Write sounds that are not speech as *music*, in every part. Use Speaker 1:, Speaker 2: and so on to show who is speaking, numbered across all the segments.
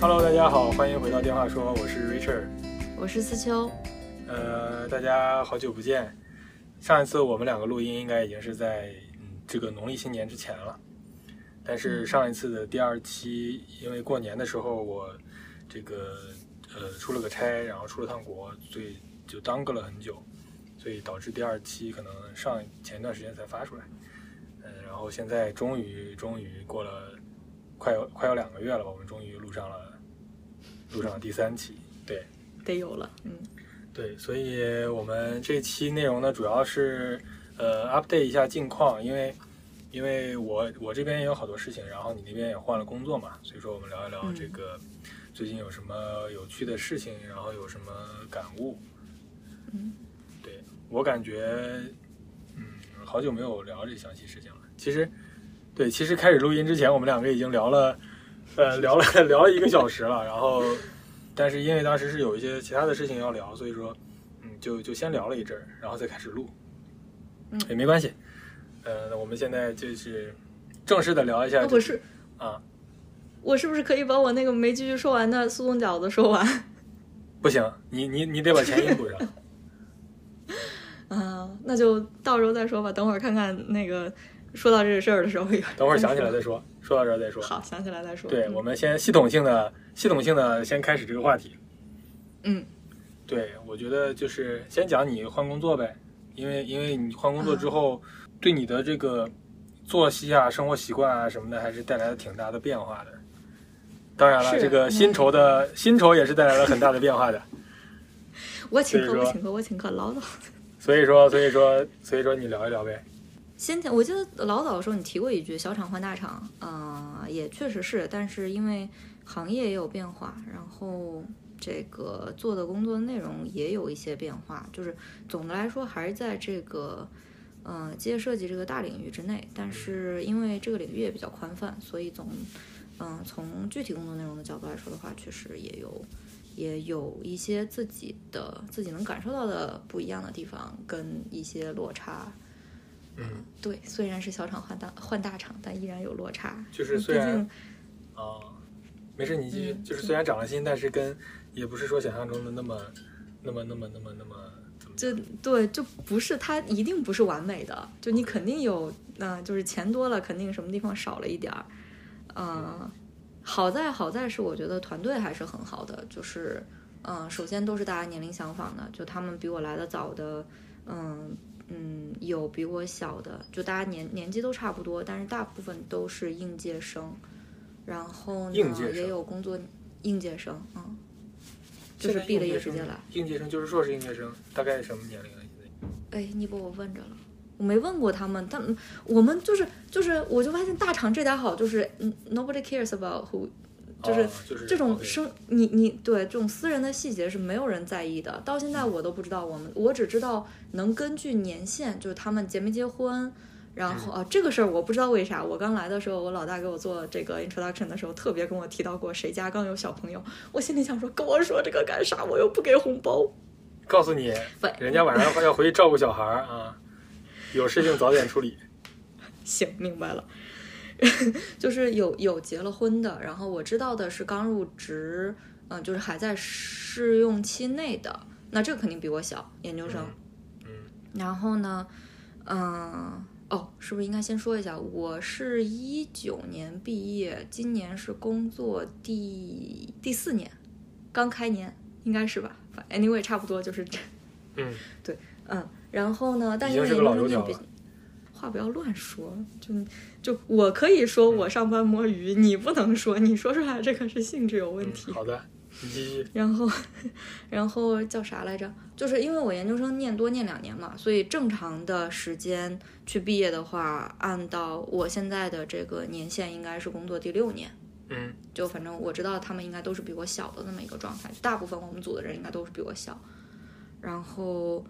Speaker 1: Hello，大家好，欢迎回到电话说，我是 Richard。
Speaker 2: 我是思秋，
Speaker 1: 呃，大家好久不见。上一次我们两个录音应该已经是在嗯这个农历新年之前了，但是上一次的第二期，因为过年的时候我这个呃出了个差，然后出了趟国，所以就耽搁了很久，所以导致第二期可能上前段时间才发出来。嗯、然后现在终于终于过了快有快有两个月了吧，我们终于录上了录上了第三期，对。
Speaker 2: 得有了，嗯，
Speaker 1: 对，所以我们这期内容呢，主要是呃 update 一下近况，因为因为我我这边也有好多事情，然后你那边也换了工作嘛，所以说我们聊一聊
Speaker 2: 嗯
Speaker 1: 这个最近有什么有趣的事情，然后有什么感悟。
Speaker 2: 嗯，
Speaker 1: 对我感觉，嗯，好久没有聊这详细事情了。其实，对，其实开始录音之前，我们两个已经聊了，呃，聊了 *laughs* 聊了一个小时了。然后，但是因为当时是有一些其他的事情要聊，所以说，嗯，就就先聊了一阵儿，然后再开始录。
Speaker 2: 嗯
Speaker 1: 也没关系。呃，那我们现在就是正式的聊一下
Speaker 2: 那
Speaker 1: 这
Speaker 2: 我哦是
Speaker 1: 啊，
Speaker 2: 我是不是可以把我那个没继续说完的速冻饺子说完？ *laughs*
Speaker 1: 不行，你你你得把前音补上。
Speaker 2: 啊，那就到时候再说吧，等会儿看看那个说到这个事儿的时候，
Speaker 1: 等会儿想起来再说，说到这儿再说。
Speaker 2: 好，想起来再说。
Speaker 1: 对，
Speaker 2: 嗯
Speaker 1: 我们先系统性的、系统性的先开始这个话题。
Speaker 2: 嗯，
Speaker 1: 对，我觉得就是先讲你换工作呗，因为因为你换工
Speaker 2: 嗯
Speaker 1: 作之后，对你的这个作息啊、生活习惯啊什么的，还是带来了挺大的变化的。当然了，
Speaker 2: 是嗯
Speaker 1: 这个薪酬的、薪酬也是带来了很大的变化的。
Speaker 2: 我请
Speaker 1: 所以说
Speaker 2: 客，我请客，我请客，老早。
Speaker 1: 所以说，所以说，所以说，你聊一聊呗。嗯
Speaker 2: 先前我记得老早的时候你提过一句“小厂换大厂”，呃，也确实是，但是因为行业也有变化，然后这个做的工作内容也有一些变化，就是总的来说还是在这个呃机械设计这个大领域之内，但是因为这个领域也比较宽泛，所以总嗯、从具体工作内容的角度来说的话，确实也有也有一些自己的自己能感受到的不一样的地方，跟一些落差。
Speaker 1: 嗯，
Speaker 2: 对，虽然是小厂换大换大厂，但依然有落差。嗯
Speaker 1: 就是
Speaker 2: 毕
Speaker 1: 虽然
Speaker 2: 竟
Speaker 1: 啊、没事，你继续。
Speaker 2: 嗯
Speaker 1: 就是虽然涨了薪，但是跟也不是说想象中的那么、那么、那么、那么、那么怎么讲
Speaker 2: 就对，就不是它一定不是完美的，就你肯定有，那、就是钱多了，肯定什么地方少了一点儿。嗯，好在好在是我觉得团队还是很好的，就是嗯、呃首先都是大家年龄相仿的，就他们比我来的早的，嗯嗯，有比我小的，就大家年年纪都差不多，但是大部分都是应届生，然后呢
Speaker 1: 应届生
Speaker 2: 也有工作应届生，嗯，就
Speaker 1: 现
Speaker 2: 是
Speaker 1: 在
Speaker 2: 毕了
Speaker 1: 应届
Speaker 2: 业
Speaker 1: 生
Speaker 2: 直接来。
Speaker 1: 应届生就是硕士应届生，大概什么年龄啊？现在？
Speaker 2: 哎，你把我问着了，我没问过他们，他们我们就是就是，我就发现大厂这点好，就是嗯 nobody cares about who，就是
Speaker 1: 哦就是
Speaker 2: 这种
Speaker 1: OK
Speaker 2: 生你你对这种私人的细节是没有人在意的，到现在我都不知道，我们我只知道能根据年限，就是他们结没结婚。然
Speaker 1: 嗯
Speaker 2: 后啊，这个事儿我不知道为啥，我刚来的时候，我老大给我做这个 introduction 的时候，特别跟我提到过谁家刚有小朋友，我心里想说跟我说这个干啥，我又不给红包，
Speaker 1: 告诉你，
Speaker 2: 喂
Speaker 1: 人家晚上要回去照顾小孩儿啊，有事情早点处理。
Speaker 2: 行，明白了。 *laughs* 就是有有结了婚的，然后我知道的是刚入职，嗯、就是还在试用期内的，那这个肯定比我小，研究生。
Speaker 1: 嗯
Speaker 2: 然后呢，嗯、哦，是不是应该先说一下，我是一九年毕业，今年是工作第第四年，刚开年应该是吧反？Anyway，差不多就是这，
Speaker 1: 嗯，
Speaker 2: 嗯。然后呢，但
Speaker 1: 已经
Speaker 2: 因为
Speaker 1: 是个
Speaker 2: 研
Speaker 1: 老
Speaker 2: 究
Speaker 1: 油
Speaker 2: 生念
Speaker 1: 条
Speaker 2: 比
Speaker 1: 了。
Speaker 2: 话不要乱说，就就我可以说
Speaker 1: 嗯
Speaker 2: 我上班摸鱼，你不能说，你说出来这个是性质有问题。
Speaker 1: 嗯好的，你继续。
Speaker 2: 然后， *laughs* 然后叫啥来着？就是因为我研究生念多念两年嘛，所以正常的时间去毕业的话，按到我现在的这个年限，应该是工作第六年。
Speaker 1: 嗯
Speaker 2: 就反正我知道他们应该都是比我小的那么一个状态，大部分我们组的人应该都是比我小。然后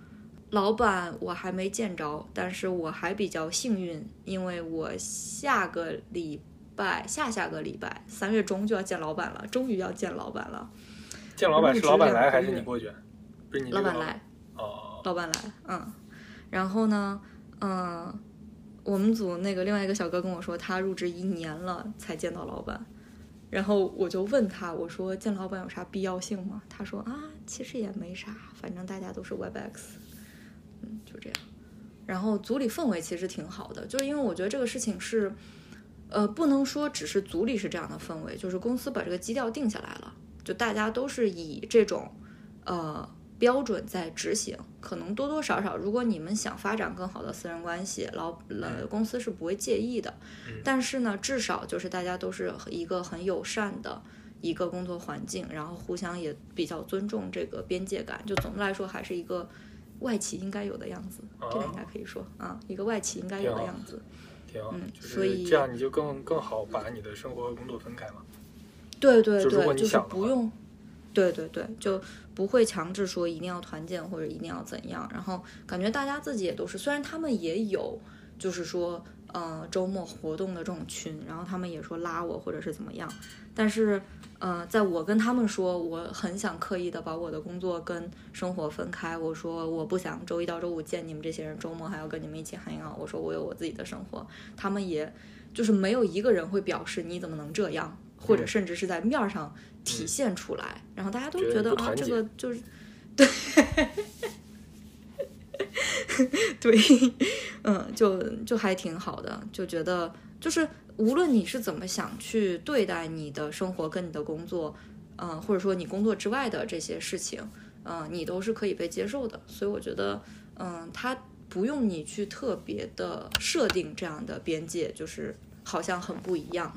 Speaker 2: 老板我还没见着，但是我还比较幸运，因为我下个礼拜、下下个礼拜三月中就要见老板了，终于要见老板了。
Speaker 1: 见老板是
Speaker 2: 入职
Speaker 1: 老板
Speaker 2: 两
Speaker 1: 来
Speaker 2: 个
Speaker 1: 还是
Speaker 2: 月
Speaker 1: 你过去？不是你这
Speaker 2: 老
Speaker 1: 个
Speaker 2: 板来，
Speaker 1: 哦，
Speaker 2: 老板来，嗯，然后呢，嗯，我们组那个另外一个小哥跟我说，他入职一年了才见到老板，然后我就问他，我说见老板有啥必要性吗？他说啊，其实也没啥，反正大家都是 Webex，嗯，就这样。然后组里氛围其实挺好的，就是因为我觉得这个事情是，呃，不能说只是组里是这样的氛围，就是公司把这个基调定下来了，就大家都是以这种呃标准在执行。可能多多少少，如果你们想发展更好的私人关系，老呃公司是不会介意的。但是呢，至少就是大家都是一个很友善的一个工作环境，然后互相也比较尊重这个边界感。就总的来说，还是一个外企应该有的样子，
Speaker 1: 哦
Speaker 2: 这个应该可以说啊，一个外企应该有的样子。
Speaker 1: 挺好，
Speaker 2: 嗯
Speaker 1: 就
Speaker 2: 所
Speaker 1: 是
Speaker 2: 以
Speaker 1: 这样你就更更好把你的生活和工作分开嘛。
Speaker 2: 对对
Speaker 1: 就如果
Speaker 2: 对，
Speaker 1: 你
Speaker 2: 就是
Speaker 1: 想的
Speaker 2: 不
Speaker 1: 话
Speaker 2: 用，对对对，就不会强制说一定要团建或者一定要怎样。然后感觉大家自己也都是，虽然他们也有，就是说呃周末活动的这种群，然后他们也说拉我或者是怎么样，但是呃，在我跟他们说我很想刻意的把我的工作跟生活分开，我说我不想周一到周五见你们这些人，周末还要跟你们一起 hang out，我说我有我自己的生活，他们也就是没有一个人会表示你怎么能这样，或
Speaker 1: 嗯
Speaker 2: 者甚至是在面儿上体现出来，然后大家都
Speaker 1: 觉得
Speaker 2: 觉得
Speaker 1: 不
Speaker 2: 啊，
Speaker 1: 团
Speaker 2: 这
Speaker 1: 结
Speaker 2: 个就是 *laughs* 对对，嗯，就就还挺好的，就觉得就是无论你是怎么想去对待你的生活跟你的工作，嗯、或者说你工作之外的这些事情，嗯、你都是可以被接受的。所以我觉得，嗯、它不用你去特别的设定这样的边界，就是好像很不一样。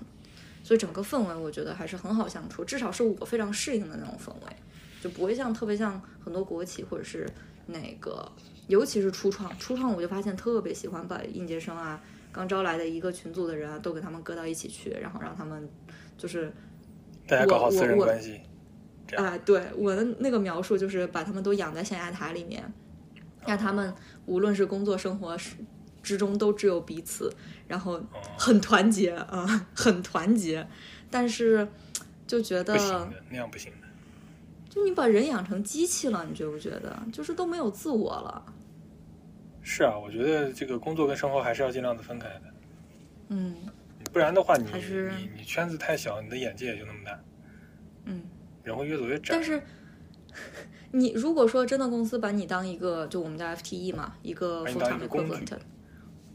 Speaker 2: 所以整个氛围我觉得还是很好相处，至少是我非常适应的那种氛围，就不会像特别像很多国企或者是那个，尤其是初创，初创我就发现特别喜欢把应届生啊。刚招来的一个群组的人啊，都给他们搁到一起去，然后让他们就是
Speaker 1: 大家搞好
Speaker 2: 我
Speaker 1: 私人
Speaker 2: 我
Speaker 1: 关系，这样
Speaker 2: 啊、对我的那个描述就是把他们都养在象牙塔里面，让他们无论是工作生活是之中都只有彼此，然后
Speaker 1: 哦
Speaker 2: 很团结啊、很团结。但是就觉
Speaker 1: 不行啊
Speaker 2: 得，
Speaker 1: 的，那样不行的。
Speaker 2: 就你把人养成机器了，你觉不觉得？就是都没有自我了。
Speaker 1: 是啊，我觉得这个工作跟生活还是要尽量的分开的，
Speaker 2: 嗯
Speaker 1: 不然的话你，
Speaker 2: 还是
Speaker 1: 你你圈子太小，你的眼界也就那么大，
Speaker 2: 嗯。
Speaker 1: 人会越走越窄
Speaker 2: 但。是你如果说真的公司把你当一个，就我们叫 FTE 嘛，一个
Speaker 1: 把你
Speaker 2: full
Speaker 1: 当一
Speaker 2: time
Speaker 1: 个工具
Speaker 2: equivalent，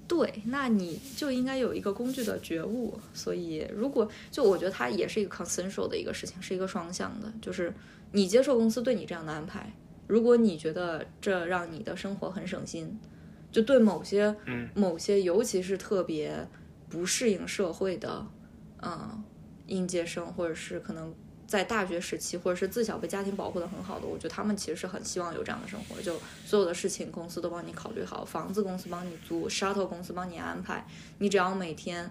Speaker 2: 对，那你就应该有一个工具的觉悟。所以，如果就我觉得它也是一个 consensual 的一个事情，是一个双向的，就是你接受公司对你这样的安排，如果你觉得这让你的生活很省心，就对某些
Speaker 1: 嗯
Speaker 2: 某些，尤其是特别不适应社会的，嗯，应届生或者是可能在大学时期，或者是自小被家庭保护的很好的，我觉得他们其实是很希望有这样的生活，就所有的事情公司都帮你考虑好，房子公司帮你租，shuttle 公司帮你安排，你只要每天。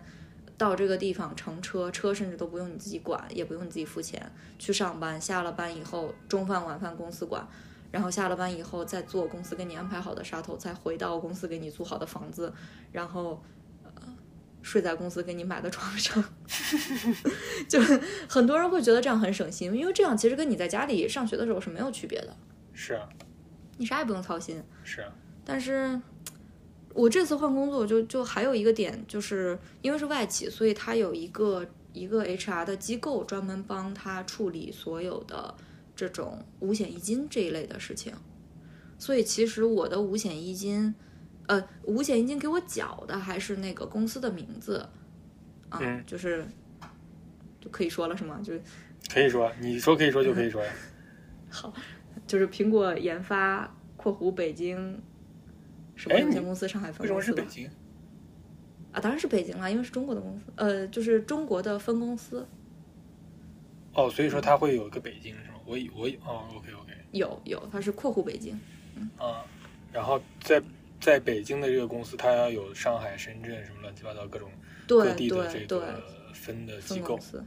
Speaker 2: 到这个地方乘车，车甚至都不用你自己管，也不用你自己付钱。去上班，下了班以后，中饭晚饭公司管，然后下了班以后再坐公司给你安排好的沙头，再回到公司给你租好的房子，然后呃睡在公司给你买的床上，就是很多人会觉得这样很省心，因为这样其实跟你在家里上学的时候是没有区别的，
Speaker 1: 是啊，
Speaker 2: 你啥也不用操心。
Speaker 1: 是啊，
Speaker 2: 但是我这次换工作就就还有一个点，就是因为是外企，所以它有一个一个 HR 的机构专门帮他处理所有的这种五险一金这一类的事情。所以其实我的五险一金，呃，五险一金给我缴的还是那个公司的名字，啊，
Speaker 1: 嗯
Speaker 2: 就是就可以说了是吗？就是
Speaker 1: 可以说，你说可以说就可以说
Speaker 2: *laughs*
Speaker 1: 呀。
Speaker 2: 就是苹果研发（括弧北京）什么
Speaker 1: 哎
Speaker 2: 有限
Speaker 1: 你
Speaker 2: 公司上海分
Speaker 1: 为什么
Speaker 2: 公
Speaker 1: 是
Speaker 2: 司
Speaker 1: 北
Speaker 2: 吧？
Speaker 1: 京？
Speaker 2: 啊，当然是北京啦，因为是中国的公司，呃，就是中国的分公司
Speaker 1: 哦，所以说它会有一个北京是吗？我以我以哦，OK OK
Speaker 2: 有有，它是括弧北京，
Speaker 1: 啊，然后在在北京的这个公司，它要有上海、深圳什么乱七八糟各种各
Speaker 2: 对
Speaker 1: 地的这
Speaker 2: 对对，
Speaker 1: 个分的机
Speaker 2: 分
Speaker 1: 构哦
Speaker 2: 公。司，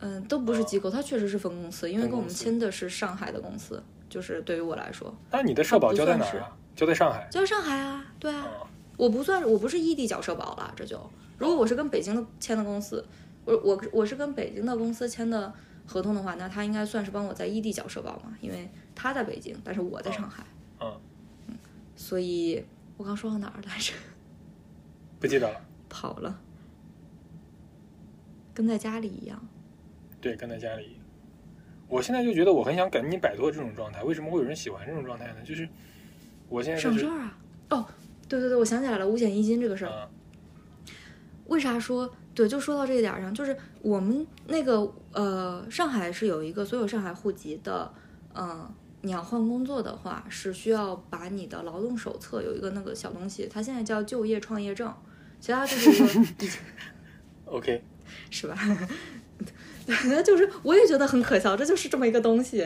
Speaker 2: 嗯，都不是机构，它确实是分公司，因为
Speaker 1: 分
Speaker 2: 跟我
Speaker 1: 公
Speaker 2: 们
Speaker 1: 司
Speaker 2: 签的是上海的公司，就是对于我来说，
Speaker 1: 那你的社保
Speaker 2: 它不
Speaker 1: 交在哪
Speaker 2: 算
Speaker 1: 儿啊？交在上海。
Speaker 2: 就是上海啊，对啊，
Speaker 1: 啊，
Speaker 2: 我不算，我不是异地缴社保了，这就如果我是跟北京的签的公司，我我我是跟北京的公司签的合同的话，那他应该算是帮我在异地缴社保嘛，因为他在北京，但是我在上海，
Speaker 1: 嗯
Speaker 2: 嗯所以我刚说到哪儿来着？
Speaker 1: 不记得了。
Speaker 2: 跑了。跟在家里一样。
Speaker 1: 对，跟在家里。我现在就觉得我很想赶紧摆脱这种状态。为什么会有人喜欢这种状态呢？就是我现在
Speaker 2: 省
Speaker 1: 哎就是
Speaker 2: 事儿啊！哦，对对对，我想起来了，五险一金这个事儿，
Speaker 1: 啊，
Speaker 2: 为啥说对？就说到这一点儿上，就是我们那个呃，上海是有一个所有上海户籍的，嗯、你要换工作的话，是需要把你的劳动手册有一个那个小东西，它现在叫就业创业证，其实它就是一个以前
Speaker 1: OK，
Speaker 2: 是吧？ *laughs* 对，就是我也觉得很可笑，这就是这么一个东西，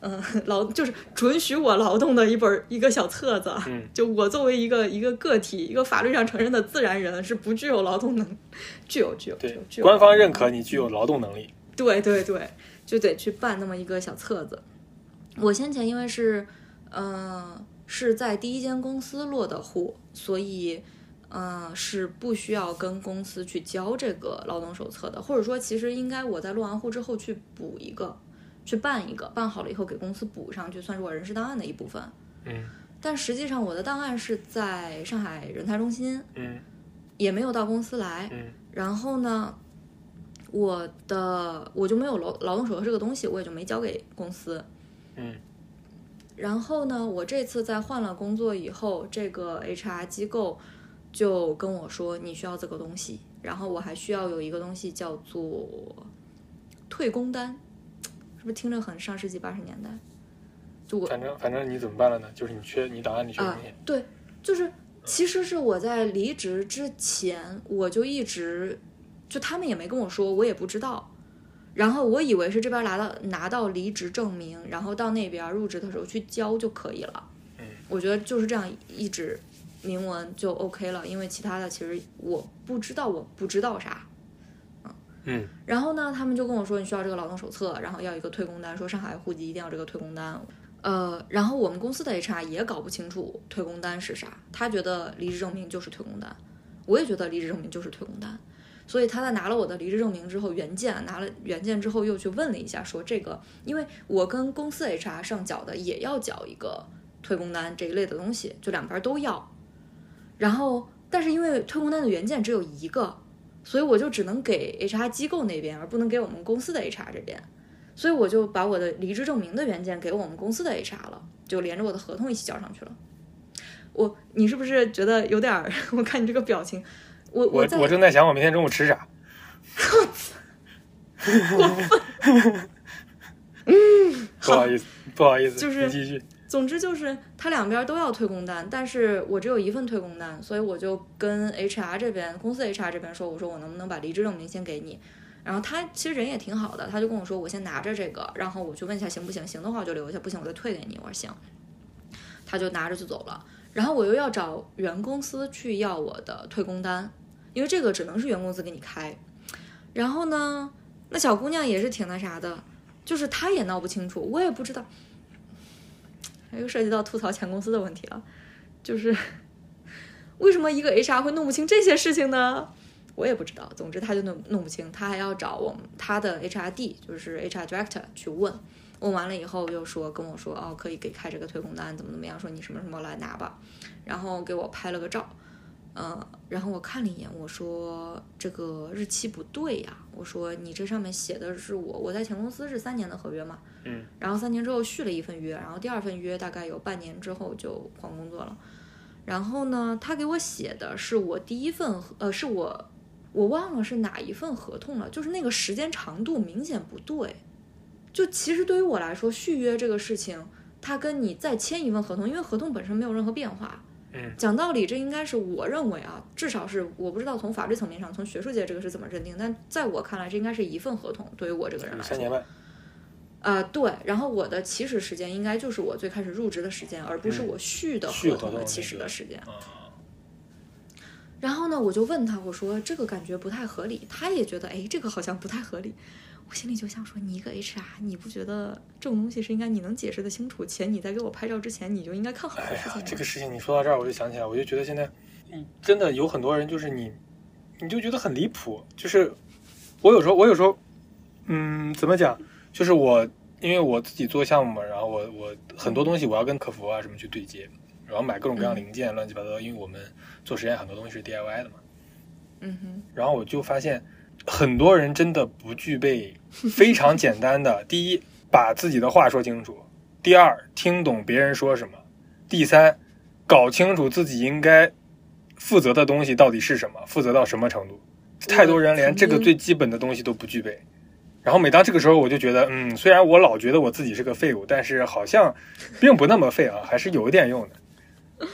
Speaker 2: 嗯，劳就是准许我劳动的一本儿一个小册子，
Speaker 1: 嗯，
Speaker 2: 就我作为一个一个个体，一个法律上承认的自然人，是不具有劳动能，具有具有具
Speaker 1: 对
Speaker 2: 有，具有
Speaker 1: 官方认可你具有劳动能力。
Speaker 2: 对对对，就得去办那么一个小册子。我先前因为是，呃，是在第一间公司落的户，所以，呃，是不需要跟公司去交这个劳动手册的，或者说，其实应该我在落完户之后去补一个，去办一个，办好了以后给公司补上去，算是我人事档案的一部分。
Speaker 1: 嗯
Speaker 2: 但实际上，我的档案是在上海人才中心，
Speaker 1: 嗯
Speaker 2: 也没有到公司来。
Speaker 1: 嗯
Speaker 2: 然后呢，我的我就没有劳劳动手册这个东西，我也就没交给公司。
Speaker 1: 嗯
Speaker 2: 然后呢，我这次在换了工作以后，这个 HR 机构就跟我说你需要这个东西，然后我还需要有一个东西叫做退工单，是不是听着很上世纪八十年代？就我啊
Speaker 1: 反正反正你怎么办了呢？就是你缺你档案里缺东西。
Speaker 2: 对，就是其实是我在离职之前，我就一直就他们也没跟我说，我也不知道。然后我以为是这边拿到拿到离职证明，然后到那边入职的时候去交就可以了。
Speaker 1: 嗯，
Speaker 2: 我觉得就是这样一纸明文就 OK 了，因为其他的其实我不知道，我不知道啥。
Speaker 1: 嗯
Speaker 2: 然后呢，他们就跟我说你需要这个劳动手册，然后要一个退工单，说上海户籍一定要这个退工单。呃，然后我们公司的 HR 也搞不清楚退工单是啥，他觉得离职证明就是退工单，我也觉得离职证明就是退工单，所以他在拿了我的离职证明之后，原件拿了原件之后又去问了一下，说这个因为我跟公司 HR 上缴的也要缴一个退工单这一类的东西，就两边都要，然后但是因为退工单的原件只有一个，所以我就只能给 HR 机构那边，而不能给我们公司的 HR 这边。所以我就把我的离职证明的原件给我们公司的 HR 了，就连着我的合同一起交上去了。我，你是不是觉得有点儿？ *laughs* 我看你这个表情，我
Speaker 1: 我
Speaker 2: 在
Speaker 1: 我正在想我明天中午吃
Speaker 2: *laughs*
Speaker 1: 啥。不好意思，不好意思，
Speaker 2: 嗯就是
Speaker 1: 你继续。
Speaker 2: 总之就是他两边都要退工单，但是我只有一份退工单，所以我就跟 HR 这边公司 HR 这边说，我说我能不能把离职证明先给你。然后他其实人也挺好的，他就跟我说，我先拿着这个，然后我去问一下行不行，行的话我就留下，不行我再退给你。我说行，他就拿着就走了。然后我又要找原公司去要我的退工单，因为这个只能是原公司给你开。然后呢，那小姑娘也是挺那啥的，就是她也闹不清楚，我也不知道。又涉及到吐槽前公司的问题了，就是为什么一个 HR 会弄不清这些事情呢？我也不知道。总之，他就弄弄不清，他还要找我们他的 HRD，就是 HR director 去问。问完了以后，又说跟我说哦，可以给开这个退工单，怎么怎么样，说你什么什么来拿吧，然后给我拍了个照，呃，然后我看了一眼，我说这个日期不对呀、我说你这上面写的是我我在前公司是三年的合约嘛，
Speaker 1: 嗯
Speaker 2: 然后三年之后续了一份约，然后第二份约大概有半年之后就换工作了。然后呢，他给我写的是我第一份合，呃，是我我忘了是哪一份合同了，就是那个时间长度明显不对。就其实对于我来说，续约这个事情，它跟你再签一份合同，因为合同本身没有任何变化。
Speaker 1: 嗯
Speaker 2: 讲道理，这应该是我认为啊，至少是我不知道从法律层面上，从学术界这个是怎么认定，但在我看来，这应该是一份合同。对于我这个人来说，
Speaker 1: 三年半。
Speaker 2: 啊，对，然后我的起始时间应该就是我最开始入职的时间，而不是
Speaker 1: 嗯
Speaker 2: 我续的
Speaker 1: 续
Speaker 2: 合
Speaker 1: 合
Speaker 2: 同
Speaker 1: 同
Speaker 2: 的
Speaker 1: 那
Speaker 2: 起始
Speaker 1: 个
Speaker 2: 的时间。
Speaker 1: 啊，
Speaker 2: 然后呢，我就问他，我说这个感觉不太合理，他也觉得，哎，这个好像不太合理。我心里就想说，你一个 HR，你不觉得这种东西是应该你能解释的清楚，且你在给我拍照之前，你就应该看好
Speaker 1: 哎
Speaker 2: 的事情
Speaker 1: 呀
Speaker 2: 吗？，
Speaker 1: 这个事情你说到这儿，我就想起来，我就觉得现在，嗯，真的有很多人就是你，你就觉得很离谱。就是我有时候，我有时候，嗯，怎么讲？就是我因为我自己做项目嘛，然后我我很多东西我要跟客服啊什么去对接，然后买各种各样零件，乱七八糟。因为我们做实验很多东西是 DIY 的嘛，
Speaker 2: 嗯哼，
Speaker 1: 然后我就发现很多人真的不具备非常简单的： *laughs* 第一，把自己的话说清楚；第二，听懂别人说什么；第三，搞清楚自己应该负责的东西到底是什么，负责到什么程度。太多人连这个最基本的东西都不具备。然后每当这个时候，我就觉得，嗯，虽然我老觉得我自己是个废物，但是好像并不那么废啊，还是有一点用的。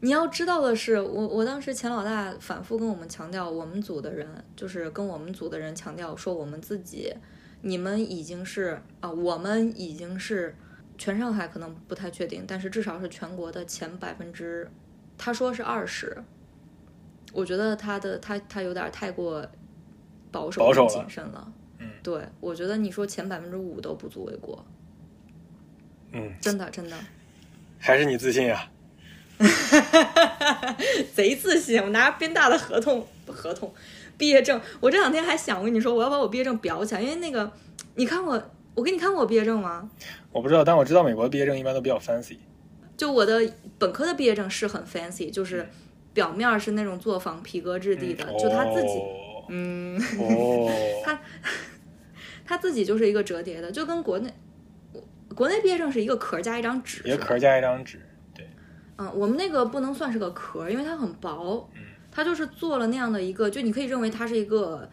Speaker 2: 你要知道的是，我我当时钱老大反复跟我们强调，我们组的人就是跟我们组的人强调说，我们自己，你们已经是啊，我们已经是全上海可能不太确定，但是至少是全国的前百分之，他说是二十，我觉得他的他他有点太过保守
Speaker 1: 保守了
Speaker 2: 谨慎了，
Speaker 1: 嗯，
Speaker 2: 对，我觉得你说前百分之五都不足为过，
Speaker 1: 嗯，
Speaker 2: 真的真的。
Speaker 1: 还是你自信啊呀、
Speaker 2: 贼自信，我拿着宾大的合同不合同毕业证，我这两天还想我跟你说，我要把我毕业证裱起来，因为那个你看我，我给你看过我毕业证吗？
Speaker 1: 我不知道，但我知道美国毕业证一般都比较 fancy。
Speaker 2: 就我的本科的毕业证是很 fancy，就是表面是那种作坊皮革质地的，就他自己，嗯，
Speaker 1: 嗯哦， *laughs* 哦
Speaker 2: 他自己就是一个折叠的，就跟国内国内毕业证是一个壳加一张纸，
Speaker 1: 一个壳加一张纸，对，
Speaker 2: 嗯，我们那个不能算是个壳，因为它很薄
Speaker 1: 嗯，
Speaker 2: 它就是做了那样的一个，就你可以认为它是一个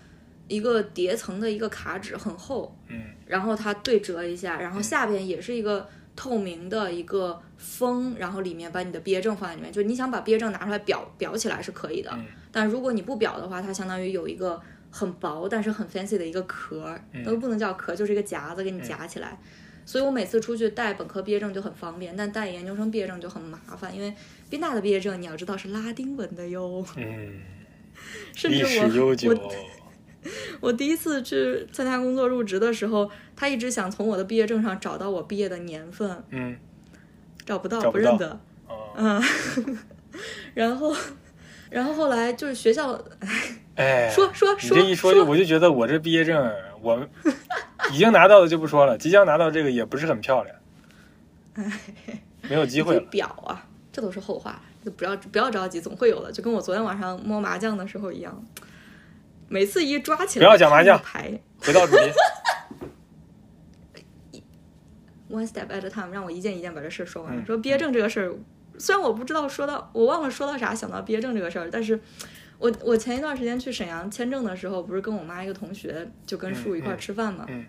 Speaker 2: 一个叠层的一个卡纸，很厚，
Speaker 1: 嗯
Speaker 2: 然后它对折一下，然后下边也是一个透明的一个封，然后里面把你的毕业证放在里面，就你想把毕业证拿出来裱裱起来是可以的，
Speaker 1: 嗯
Speaker 2: 但如果你不裱的话，它相当于有一个很薄但是很 fancy 的一个壳，
Speaker 1: 嗯
Speaker 2: 都不能叫壳，就是一个夹子给你夹起来。所以我每次出去带本科毕业证就很方便，但带研究生毕业证就很麻烦，因为宾大的毕业证你要知道是拉丁文的哟。
Speaker 1: 嗯，
Speaker 2: 甚
Speaker 1: 历
Speaker 2: 至
Speaker 1: 史
Speaker 2: 我
Speaker 1: 悠久，
Speaker 2: 我我第一次去参加工作入职的时候，他一直想从我的毕业证上找到我毕业的年份，
Speaker 1: 嗯，
Speaker 2: 找不到，
Speaker 1: 找
Speaker 2: 不
Speaker 1: 不
Speaker 2: 认
Speaker 1: 到
Speaker 2: 得。
Speaker 1: 哦，
Speaker 2: 嗯， *laughs* 然后，然后后来就是学校
Speaker 1: 哎，
Speaker 2: 说说
Speaker 1: 你
Speaker 2: 说
Speaker 1: 这一说就我就觉得我这毕业证，我们已经拿到的就不说了，即将拿到这个也不是很
Speaker 2: *laughs*
Speaker 1: 漂亮，没有机会
Speaker 2: 可以
Speaker 1: 了，
Speaker 2: 表啊，这都是后话，就不要不要着急，总会有的。就跟我昨天晚上摸麻将的时候一样，每次一抓起来，
Speaker 1: 不要讲麻将
Speaker 2: 牌
Speaker 1: 回到主题，
Speaker 2: one step at a time，让我一件一件把这事儿说完。
Speaker 1: 嗯
Speaker 2: 说毕业证这个事儿，虽然我不知道说到我忘了说到啥，想到毕业证这个事儿，但是我我前一段时间去沈阳签证的时候，不是跟我妈一个同学就跟树一块儿吃饭嘛，
Speaker 1: 嗯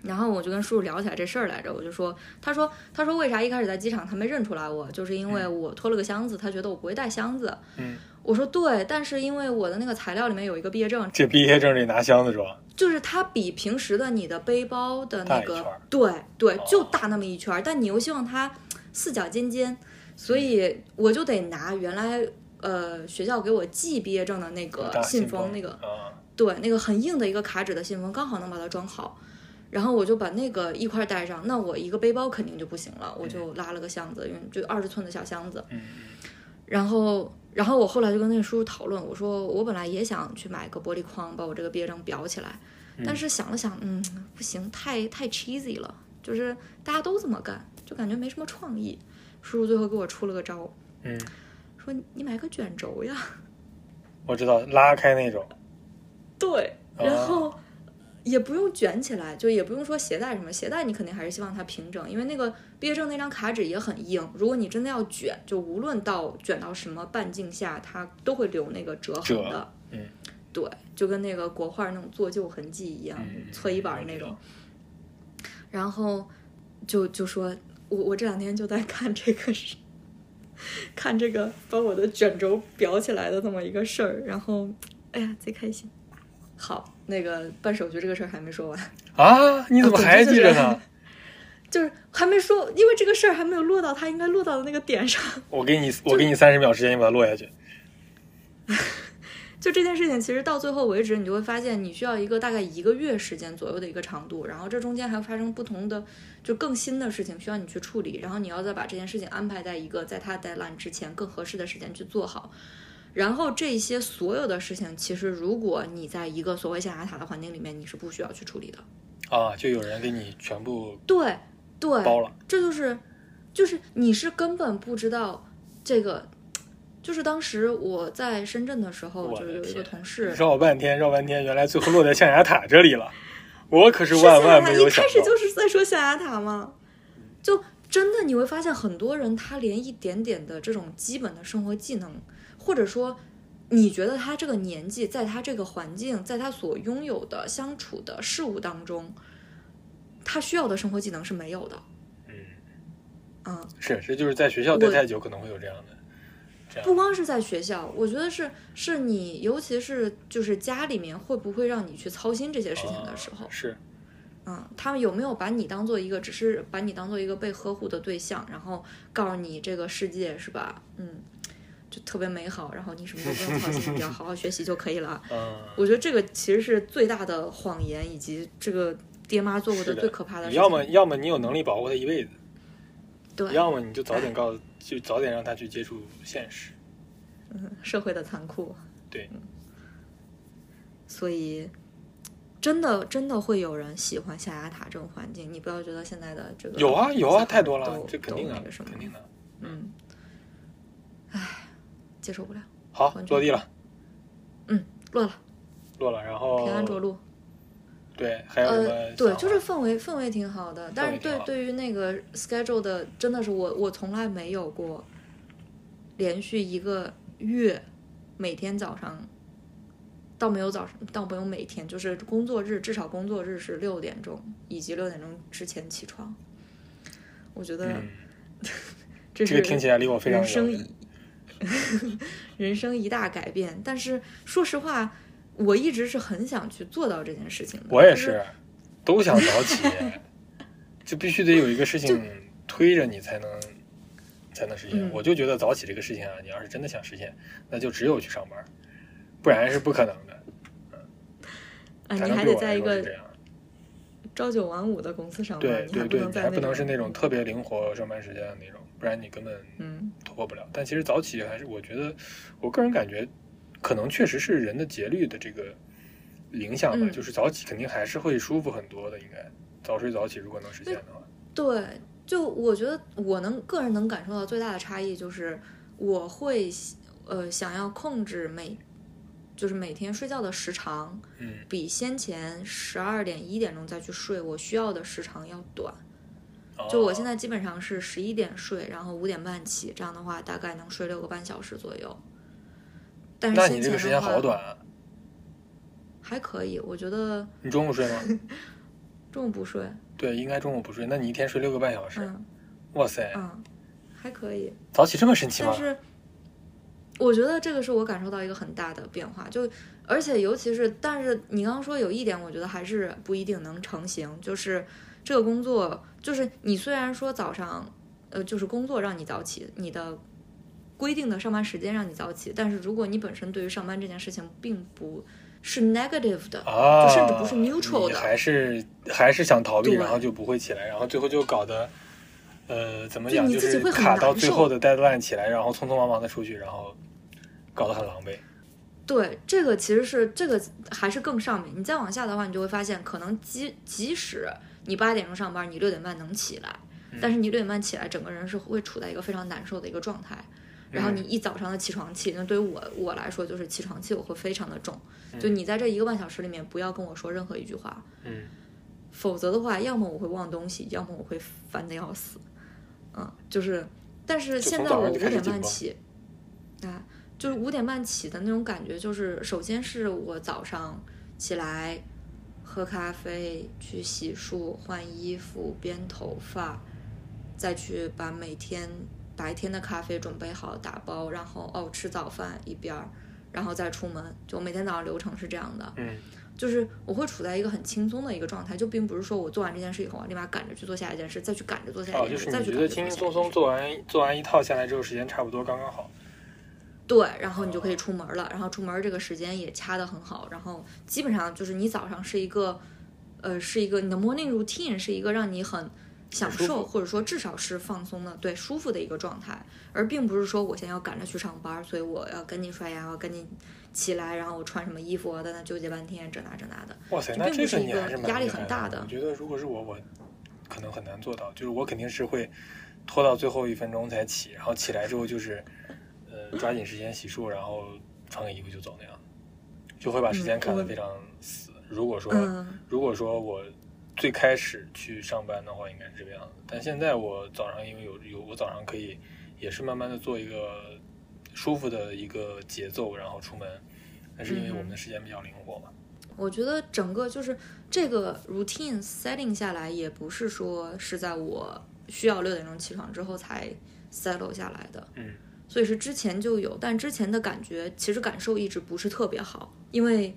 Speaker 2: 然后我就跟叔叔聊起来这事儿来着，我就说，他说，他说为啥一开始在机场他没认出来我，就是因为我拖了个箱子，他觉得我不会带箱子。
Speaker 1: 嗯，
Speaker 2: 我说对，但是因为我的那个材料里面有一个毕业证，
Speaker 1: 这毕业证得拿箱子装，
Speaker 2: 就是它比平时的你的背包的那
Speaker 1: 大一
Speaker 2: 个
Speaker 1: 圈儿，
Speaker 2: 对对
Speaker 1: 哦，
Speaker 2: 就大那么一圈儿，但你又希望它四角尖尖，所
Speaker 1: 嗯
Speaker 2: 以我就得拿原来呃学校给我寄毕业证的那个
Speaker 1: 大
Speaker 2: 信
Speaker 1: 封
Speaker 2: 封那个
Speaker 1: 啊，
Speaker 2: 对，那个很硬的一个卡纸的信封，刚好能把它装好。然后我就把那个一块儿带上，那我一个背包肯定就不行了，我就拉了个箱子，因为就二十寸的小箱子。
Speaker 1: 嗯
Speaker 2: 然后，然后我后来就跟那个叔叔讨论，我说我本来也想去买个玻璃框，把我这个毕业证裱起来，但是想了想，嗯，不行，太太 cheesy 了，就是大家都这么干，就感觉没什么创意。叔叔最后给我出了个招，
Speaker 1: 嗯，
Speaker 2: 说你买个卷轴呀。
Speaker 1: 我知道，拉开那种，
Speaker 2: 对，
Speaker 1: 哦
Speaker 2: 然后也不用卷起来，就也不用说携带什么，携带你肯定还是希望它平整，因为那个毕业证那张卡纸也很硬，如果你真的要卷，就无论到卷到什么半径下，它都会留那个折痕的
Speaker 1: 折。嗯，
Speaker 2: 对，就跟那个国画那种做旧痕迹一样，
Speaker 1: 嗯
Speaker 2: 搓衣板儿那种。，然后就就说，我我这两天就在看这个事，看这个把我的卷轴裱起来的这么一个事儿，然后哎呀贼开心。好，那个办手续这个事儿还没说完，
Speaker 1: 啊，你
Speaker 2: *laughs*
Speaker 1: 怎么还记着呢？
Speaker 2: 就是还没说，因为这个事儿还没有落到他应该落到的那个点上。
Speaker 1: 我给你，我给你三十秒时间，你把它落下去。
Speaker 2: 就这件事情，其实到最后为止，你就会发现你需要一个大概一个月时间左右的一个长度，然后这中间还会发生不同的，就更新的事情需要你去处理，然后你要再把这件事情安排在一个在它 deadline 之前更合适的时间去做好。然后这些所有的事情，其实如果你在一个所谓象牙塔的环境里面，你是不需要去处理的。
Speaker 1: 啊，就有人给你全部
Speaker 2: 对，对，
Speaker 1: 包了。
Speaker 2: 这就是，就是你是根本不知道这个，就是当时我在深圳的时候，
Speaker 1: 我
Speaker 2: 就
Speaker 1: 的
Speaker 2: 是有一个
Speaker 1: 天 *laughs*
Speaker 2: 同事，
Speaker 1: 绕半天绕半天，原来最后落在象牙塔这里了。我可是
Speaker 2: 是
Speaker 1: 万
Speaker 2: 象
Speaker 1: 万
Speaker 2: 牙
Speaker 1: 没
Speaker 2: 塔
Speaker 1: 有
Speaker 2: 一
Speaker 1: 想
Speaker 2: 开
Speaker 1: 到，
Speaker 2: 始就是在说象牙塔嘛，就真的你会发现很多人他连一点点的这种基本的生活技能，或者说你觉得他这个年纪，在他这个环境，在他所拥有的相处的事物当中，他需要的生活技能是没有的。
Speaker 1: 嗯，
Speaker 2: 嗯，
Speaker 1: 是这就是在学校待
Speaker 2: 我
Speaker 1: 太久可能会有这样的，这
Speaker 2: 不
Speaker 1: 样
Speaker 2: 光是在学校，我觉得是是你，尤其是就是家里面会不会让你去操心这些事情的时候
Speaker 1: 啊，是
Speaker 2: 嗯，他们有没有把你当做一个，只是把你当做一个被呵护的对象，然后告诉你这个世界是吧？嗯，就特别美好，然后你什么都不用操心，你只要好好学习就可以了。
Speaker 1: 嗯，
Speaker 2: 我觉得这个其实是最大的谎言，以及这个爹妈做过
Speaker 1: 是的
Speaker 2: 最可怕的
Speaker 1: 你
Speaker 2: 事
Speaker 1: 要么
Speaker 2: 情。
Speaker 1: 要么你有能力保护他一辈子，
Speaker 2: 对，
Speaker 1: 要么你就早点告诉，就早点让他去接触现实。
Speaker 2: 社会的残酷。
Speaker 1: 对
Speaker 2: 嗯，所以真的真的会有人喜欢象牙塔这种环境，你不要觉得现在的这个
Speaker 1: 有啊有啊，
Speaker 2: 小
Speaker 1: 太多
Speaker 2: 孩
Speaker 1: 了
Speaker 2: 都，
Speaker 1: 这肯定
Speaker 2: 都
Speaker 1: 的
Speaker 2: 那个，什么
Speaker 1: 肯，定的。
Speaker 2: 嗯，唉，接受不了，
Speaker 1: 好
Speaker 2: 完，全
Speaker 1: 落地了，
Speaker 2: 落了，
Speaker 1: 落了，然后
Speaker 2: 平安着陆。
Speaker 1: 对，还有什么想法？
Speaker 2: 呃，对，就是氛围氛围挺好的，但是
Speaker 1: 挺
Speaker 2: 对
Speaker 1: 好
Speaker 2: 对于那个 schedule 的，真的是我我从来没有过连续一个月每天早上，倒没有早上，倒没有每天，就是工作日至少工作日是六点钟以及六点钟之前起床。我觉得
Speaker 1: 嗯，
Speaker 2: 这
Speaker 1: 这
Speaker 2: 是
Speaker 1: 个听起来离我非常
Speaker 2: 人
Speaker 1: 远
Speaker 2: 生一人生一 *laughs* 大改变，但是说实话，我一直是很想去做到这件事情的。
Speaker 1: 我也，
Speaker 2: 就是
Speaker 1: 都想早
Speaker 2: *laughs*
Speaker 1: 起，就必须得有一个事情推着你才能才能实现。
Speaker 2: 嗯
Speaker 1: 我就觉得早起这个事情啊，你要是真的想实现，那就只有去上班，不然是不可能的。
Speaker 2: 啊，
Speaker 1: 反
Speaker 2: 你
Speaker 1: 正
Speaker 2: 还
Speaker 1: 对
Speaker 2: 得
Speaker 1: 我来
Speaker 2: 在一
Speaker 1: 说是
Speaker 2: 个
Speaker 1: 这样。
Speaker 2: 朝九晚五的公司上
Speaker 1: 对
Speaker 2: 班，你
Speaker 1: 对
Speaker 2: 还不
Speaker 1: 对，
Speaker 2: 能
Speaker 1: 你
Speaker 2: 在
Speaker 1: 还不能是
Speaker 2: 种
Speaker 1: 那种特别灵活上班时间的那种，不然你根本
Speaker 2: 嗯
Speaker 1: 突破不了。但其实早起还是，我觉得我个人感觉，可能确实是人的节律的这个影响吧，
Speaker 2: 嗯
Speaker 1: 就是早起肯定还是会舒服很多的。应该早睡早起，如果能实现的话，
Speaker 2: 对，就我觉得我能个人能感受到最大的差异就是我会呃想要控制每就是每天睡觉的时长，
Speaker 1: 嗯
Speaker 2: 比先前十二点一点钟再去睡，我需要的时长要短。就我现
Speaker 1: 在
Speaker 2: 在基本上是十一点睡，然后五点半起，这样的话大概能睡六个半小时左右。但是
Speaker 1: 那
Speaker 2: 先
Speaker 1: 你这
Speaker 2: 前
Speaker 1: 个
Speaker 2: 的
Speaker 1: 时间
Speaker 2: 话
Speaker 1: 好，短啊！
Speaker 2: 还可以，我觉得
Speaker 1: 你中午睡吗？
Speaker 2: 中午不睡，
Speaker 1: 对，应该中午不睡。那你一天睡六个半小时，
Speaker 2: 嗯
Speaker 1: 哇塞，
Speaker 2: 嗯，还可以。
Speaker 1: 早起这么神奇吗
Speaker 2: 但？是我觉得这个是我感受到一个很大的变化，就而且尤其是，但是你刚刚说有一点，我觉得还是不一定能成型，就是这个工作，就是你虽然说早上，呃，就是工作让你早起，你的。规定的上班时间让你早起，但是如果你本身对于上班这件事情并不是 negative 的，
Speaker 1: 啊，
Speaker 2: 就甚至不是 neutral
Speaker 1: 你
Speaker 2: 的
Speaker 1: 还是还是想逃避，
Speaker 2: 对
Speaker 1: 然后就不会起来，然后最后就搞得，呃，怎么
Speaker 2: 就
Speaker 1: 讲，
Speaker 2: 你
Speaker 1: 就
Speaker 2: 自己
Speaker 1: 是
Speaker 2: 会很
Speaker 1: 卡到
Speaker 2: 难
Speaker 1: 最
Speaker 2: 受
Speaker 1: 后的 deadline 起来，然后匆匆忙忙的出去，然后搞得很狼狈。
Speaker 2: 对，这个其实是这个还是更上面。你再往下的话，你就会发现，可能即即使你八点钟上班，你六点半能起来，但是你六点半起来，整个人是会处在一个非常难受的一个状态。然后你一早上的起床气，那对于我我来说就是起床气，我会非常的重。就你在这一个半小时里面，不要跟我说任何一句话，
Speaker 1: 嗯，
Speaker 2: 否则的话，要么我会忘东西，要么我会烦的要死。嗯，就是，但是
Speaker 1: 就
Speaker 2: 现
Speaker 1: 从
Speaker 2: 在
Speaker 1: 早
Speaker 2: 我
Speaker 1: 上
Speaker 2: 五
Speaker 1: 就开始
Speaker 2: 点
Speaker 1: 紧
Speaker 2: 半
Speaker 1: 绷
Speaker 2: 起，啊，就是五点半起的那种感觉，就是首先是我早上起来喝咖啡，去洗漱、换衣服、编头发，再去把每天白天的咖啡准备好打包，然后哦吃早饭一边儿，然后再出门。就每天早上流程是这样的。
Speaker 1: 嗯
Speaker 2: 就是我会处在一个很轻松的一个状态，就并不是说我做完这件事以后，我立马赶着去做下一件事，再去赶着做下
Speaker 1: 哦，
Speaker 2: 一件
Speaker 1: 就是
Speaker 2: 事，再
Speaker 1: 你
Speaker 2: 去
Speaker 1: 觉
Speaker 2: 赶
Speaker 1: 得
Speaker 2: 着
Speaker 1: 轻
Speaker 2: 做
Speaker 1: 轻
Speaker 2: 下一
Speaker 1: 松
Speaker 2: 件
Speaker 1: 松
Speaker 2: 事。
Speaker 1: 做完做完一套下来之后，时间差不多刚刚好。
Speaker 2: 对，然后你就可以出门了，然后出门这个时间也掐得很好，然后基本上就是你早上是一个，呃，是一个你的 morning routine 是一个让你很享
Speaker 1: 很舒服
Speaker 2: 受或者说至少是放松的，对，舒服的一个状态，而并不是说我现在要赶着去上班，所以我要赶紧刷牙，我要赶紧起来，然后我穿什么衣服，啊我在那纠结半天，这那这那的。
Speaker 1: 哇塞，
Speaker 2: 就
Speaker 1: 那
Speaker 2: 并
Speaker 1: 这
Speaker 2: 不是
Speaker 1: 个
Speaker 2: 一
Speaker 1: 你
Speaker 2: 个
Speaker 1: 还是蛮
Speaker 2: 压力
Speaker 1: 厉
Speaker 2: 很
Speaker 1: 害
Speaker 2: 大的
Speaker 1: 我觉得如果是我，我可能很难做到，就是我肯定是会拖到最后一分钟才起，然后起来之后就是，呃，抓紧时间洗漱，然后穿个衣服就走那样，就会把时间
Speaker 2: 嗯
Speaker 1: 看得
Speaker 2: 我
Speaker 1: 非常死。如果说、
Speaker 2: 嗯
Speaker 1: 如果说我最开始去上班的话，应该是这个样子。但现在我早上因为有有我早上可以也是慢慢的做一个舒服的一个节奏，然后出门。那是因
Speaker 2: 嗯
Speaker 1: 为我们的时间比较灵活嘛。
Speaker 2: 我觉得整个就是这个 routine setting 下来，也不是说是在我需要六点钟起床之后才 settle 下来的，
Speaker 1: 嗯，
Speaker 2: 所以是之前就有，但之前的感觉其实感受一直不是特别好，因为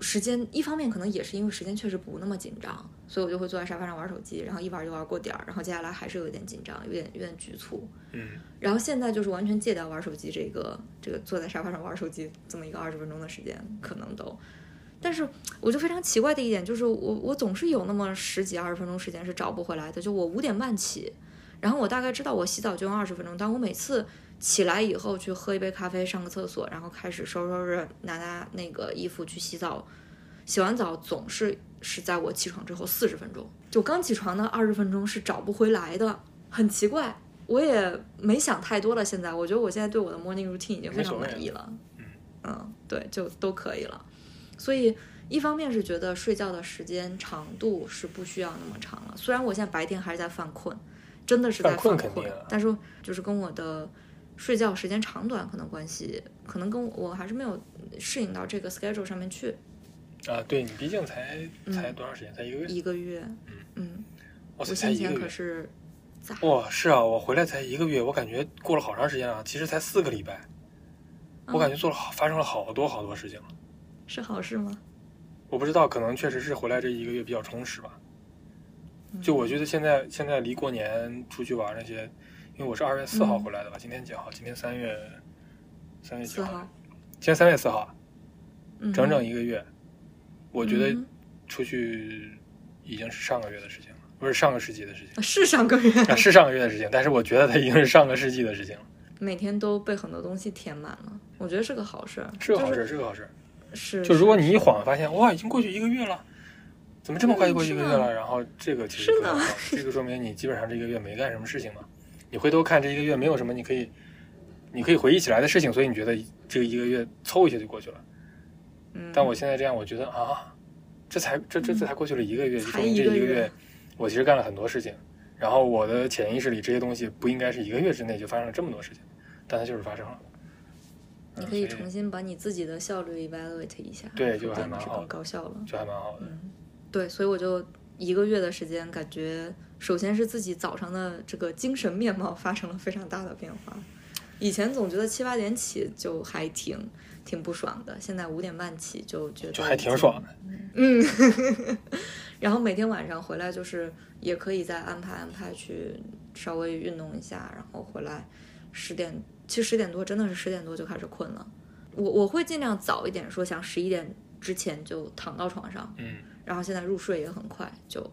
Speaker 2: 时间一方面可能也是因为时间确实不那么紧张，所以我就会坐在沙发上玩手机，然后一玩就玩过点儿，然后接下来还是有点紧张，有点有点局促，
Speaker 1: 嗯
Speaker 2: 然后现在就是完全戒掉玩手机这个这个坐在沙发上玩手机这么一个二十分钟的时间，可能都。但是我就非常奇怪的一点就是我，我总是有那么十几二十分钟时间是找不回来的。就我五点半起，然后我大概知道我洗澡就用二十分钟，但我每次起来以后去喝一杯咖啡，上个厕所，然后开始收拾收拾，拿拿那个衣服去洗澡，洗完澡总是是在我起床之后四十分钟，就刚起床的二十分钟是找不回来的，很奇怪。我也没想太多了，现在我觉得我现在对我的 morning routine 已经非常满意了。
Speaker 1: 没所谓了
Speaker 2: 嗯，对，就都可以了。所以一方面是觉得睡觉的时间长度是不需要那么长了，虽然我现在白天还是在犯困，真的是在
Speaker 1: 犯困
Speaker 2: 犯
Speaker 1: 肯定啊
Speaker 2: 但是就是跟我的睡觉时间长短可能关系，可能跟我还是没有适应到这个 schedule 上面去。
Speaker 1: 啊，对你毕竟才才多长时间？才一个月？
Speaker 2: 嗯一个月，嗯，
Speaker 1: 哇塞，
Speaker 2: 我
Speaker 1: 哦才
Speaker 2: 先
Speaker 1: 一
Speaker 2: 前
Speaker 1: 个
Speaker 2: 可
Speaker 1: 月！
Speaker 2: 是咋？
Speaker 1: 哇，是啊，我回来才一个月，我感觉过了好长时间啊。其实才四个礼拜，
Speaker 2: 嗯
Speaker 1: 我感觉做了好发生了好多好多事情了。
Speaker 2: 是好事吗？
Speaker 1: 我不知道，可能确实是回来这一个月比较充实
Speaker 2: 嗯
Speaker 1: 吧。就我觉得现在现在离过年出去玩那些，因为我是二月四号
Speaker 2: 嗯
Speaker 1: 回来的吧？今天几号？今天三月三月几
Speaker 2: 四
Speaker 1: 号？
Speaker 2: 号，
Speaker 1: 今天三月四号啊，
Speaker 2: 嗯，
Speaker 1: 整整一个月。我
Speaker 2: 我
Speaker 1: 觉得出去已经是上个月的事情了，不是上个世纪的事情
Speaker 2: 是上个月， *laughs*
Speaker 1: 啊，是上个月的事情，但是我觉得它已经是上个世纪的事情了，
Speaker 2: 每天都被很多东西填满了，我觉得是个好事儿，
Speaker 1: 是个好
Speaker 2: 就
Speaker 1: 事，是个好事。
Speaker 2: 是
Speaker 1: 就如果你一
Speaker 2: 是
Speaker 1: 晃发现，哇，已经过去一个月了，怎么这么快就过去一个月
Speaker 2: 嗯是
Speaker 1: 了？然后这个其实
Speaker 2: 是
Speaker 1: 不太
Speaker 2: 呢
Speaker 1: 好，这个说明你基本上这一个月没干什么事情嘛。你回头看这一个月没有什么你可以，你可以回忆起来的事情，所以你觉得这个一个月凑一下就过去了。
Speaker 2: 嗯
Speaker 1: 但我现在这样，我觉得啊，这才这这这才过去了一个月，就
Speaker 2: 才
Speaker 1: 说明
Speaker 2: 一
Speaker 1: 这
Speaker 2: 个
Speaker 1: 一个
Speaker 2: 月
Speaker 1: 月我其实干了很多事情。然后我的潜意识里这些东西不应该是一个月之内就发生了这么多事情，但它就是发生了。嗯
Speaker 2: 你可以
Speaker 1: 所
Speaker 2: 重新把你自己的效率 evaluate 一下，
Speaker 1: 对就
Speaker 2: 说不
Speaker 1: 还
Speaker 2: 定
Speaker 1: 蛮
Speaker 2: 是
Speaker 1: 好
Speaker 2: 更高效了。
Speaker 1: 就还蛮好的。
Speaker 2: 嗯，对，所以我就一个月的时间，感觉首先是自己早上的这个精神面貌发生了非常大的变化。以前总觉得七八点起就还挺挺不爽的，现在五点半起就觉得
Speaker 1: 就还挺
Speaker 2: 已经
Speaker 1: 爽的。
Speaker 2: 嗯，然后每天晚上回来就是也可以再安排安排去稍微运动一下，然后回来十点，其实十点多真的是十点多就开始困了。我我会尽量早一点说，想十一点之前就躺到床上，
Speaker 1: 嗯，
Speaker 2: 然后现在入睡也很快，就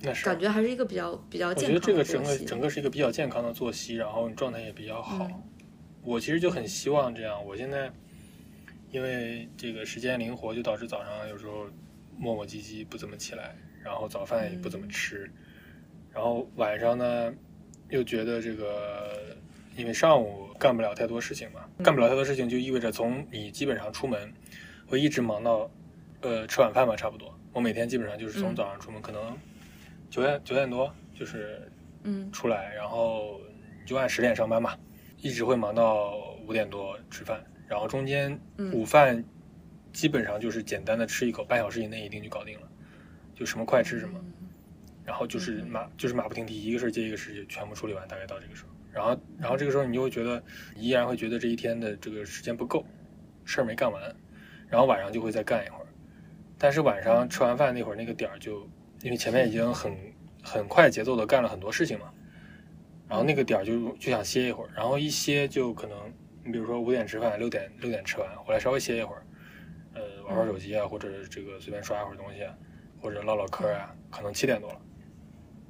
Speaker 1: 那是
Speaker 2: 感觉还是一个比较比较
Speaker 1: 我
Speaker 2: 健
Speaker 1: 觉得
Speaker 2: 康
Speaker 1: 这
Speaker 2: 的
Speaker 1: 个整
Speaker 2: 作
Speaker 1: 个
Speaker 2: 息。
Speaker 1: 整个是一个比较健康的作息，然后你状态也比较好。
Speaker 2: 嗯
Speaker 1: 我其实就很希望这样。我现在因为这个时间灵活，就导致早上有时候磨磨唧唧不怎么起来，然后早饭也不怎
Speaker 2: 嗯
Speaker 1: 么吃，然后晚上呢又觉得这个因为上午干不了太多事情嘛，
Speaker 2: 嗯
Speaker 1: 干不了太多事情就意味着从你基本上出门会一直忙到呃吃晚饭吧，差不多。我每天基本上就是从
Speaker 2: 嗯
Speaker 1: 早上出门，可能九点九点多就是
Speaker 2: 嗯
Speaker 1: 出来，然后你就按十点上班嘛，一直会忙到五点多吃饭，然后中间
Speaker 2: 嗯
Speaker 1: 午饭基本上就是简单的吃一口，半小时以内一定就搞定了，就什么快吃什么，然后就是
Speaker 2: 嗯
Speaker 1: 马就是马不停蹄，一个事儿接一个事就全部处理完，大概到这个时候，然后然后这个时候你就会觉得你依然会觉得这一天的这个时间不够，事儿没干完，然后晚上就会再干一会儿，但是晚
Speaker 2: 嗯
Speaker 1: 上吃完饭那会儿那个点儿就因为前面已经很很快节奏的干了很多事情嘛，然后那个点儿就就想歇一会儿，然后一歇就可能你比如说五点吃饭，六点六点吃完回来稍微歇一会儿，呃玩玩
Speaker 2: 嗯
Speaker 1: 手机啊，或者这个随便刷一会儿东西啊，或者唠唠嗑啊，可能七点多了，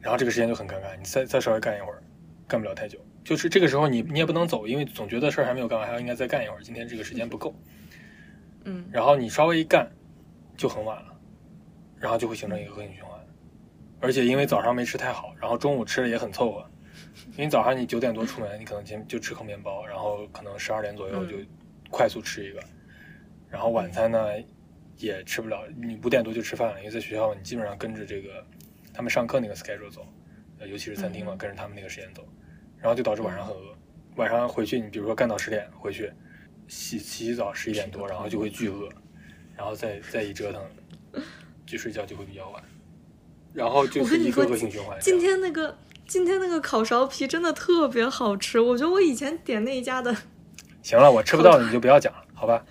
Speaker 1: 然后这个时间就很尴尬，你再再稍微干一会儿，干不了太久。就是这个时候你你也不能走，因为总觉得事儿还没有干完，还要应该再干一会儿，今天这个时间不够。
Speaker 2: 嗯
Speaker 1: 然后你稍微一干，就很晚了，然后就会形成一个恶性循环。而且因为早上没吃太好，然后中午吃的也很凑合，因为早上你九点多出门，你可能先就吃口面包，然后可能十二点左右
Speaker 2: 嗯
Speaker 1: 就快速吃一个，然后晚餐呢
Speaker 2: 嗯
Speaker 1: 也吃不了，你五点多就吃饭了，因为在学校你基本上跟着这个他们上课那个 schedule 走，呃尤其是餐厅嘛，
Speaker 2: 嗯
Speaker 1: 跟着他们那个时间走，然后就导致晚上很饿，晚上回去你比如说干到十点回去，洗洗洗澡十一点多，然后就会巨饿，然后再再一折腾，去睡觉就会比较晚，然后就
Speaker 2: 我
Speaker 1: 是
Speaker 2: 跟
Speaker 1: 一
Speaker 2: 你
Speaker 1: 个
Speaker 2: 说
Speaker 1: 恶性循环。这
Speaker 2: 今
Speaker 1: 样
Speaker 2: 天那个今天那个烤苕皮真的特别好吃，我觉得我以前点那一家的，
Speaker 1: 行了，我吃不到的你就不要讲了，好吧？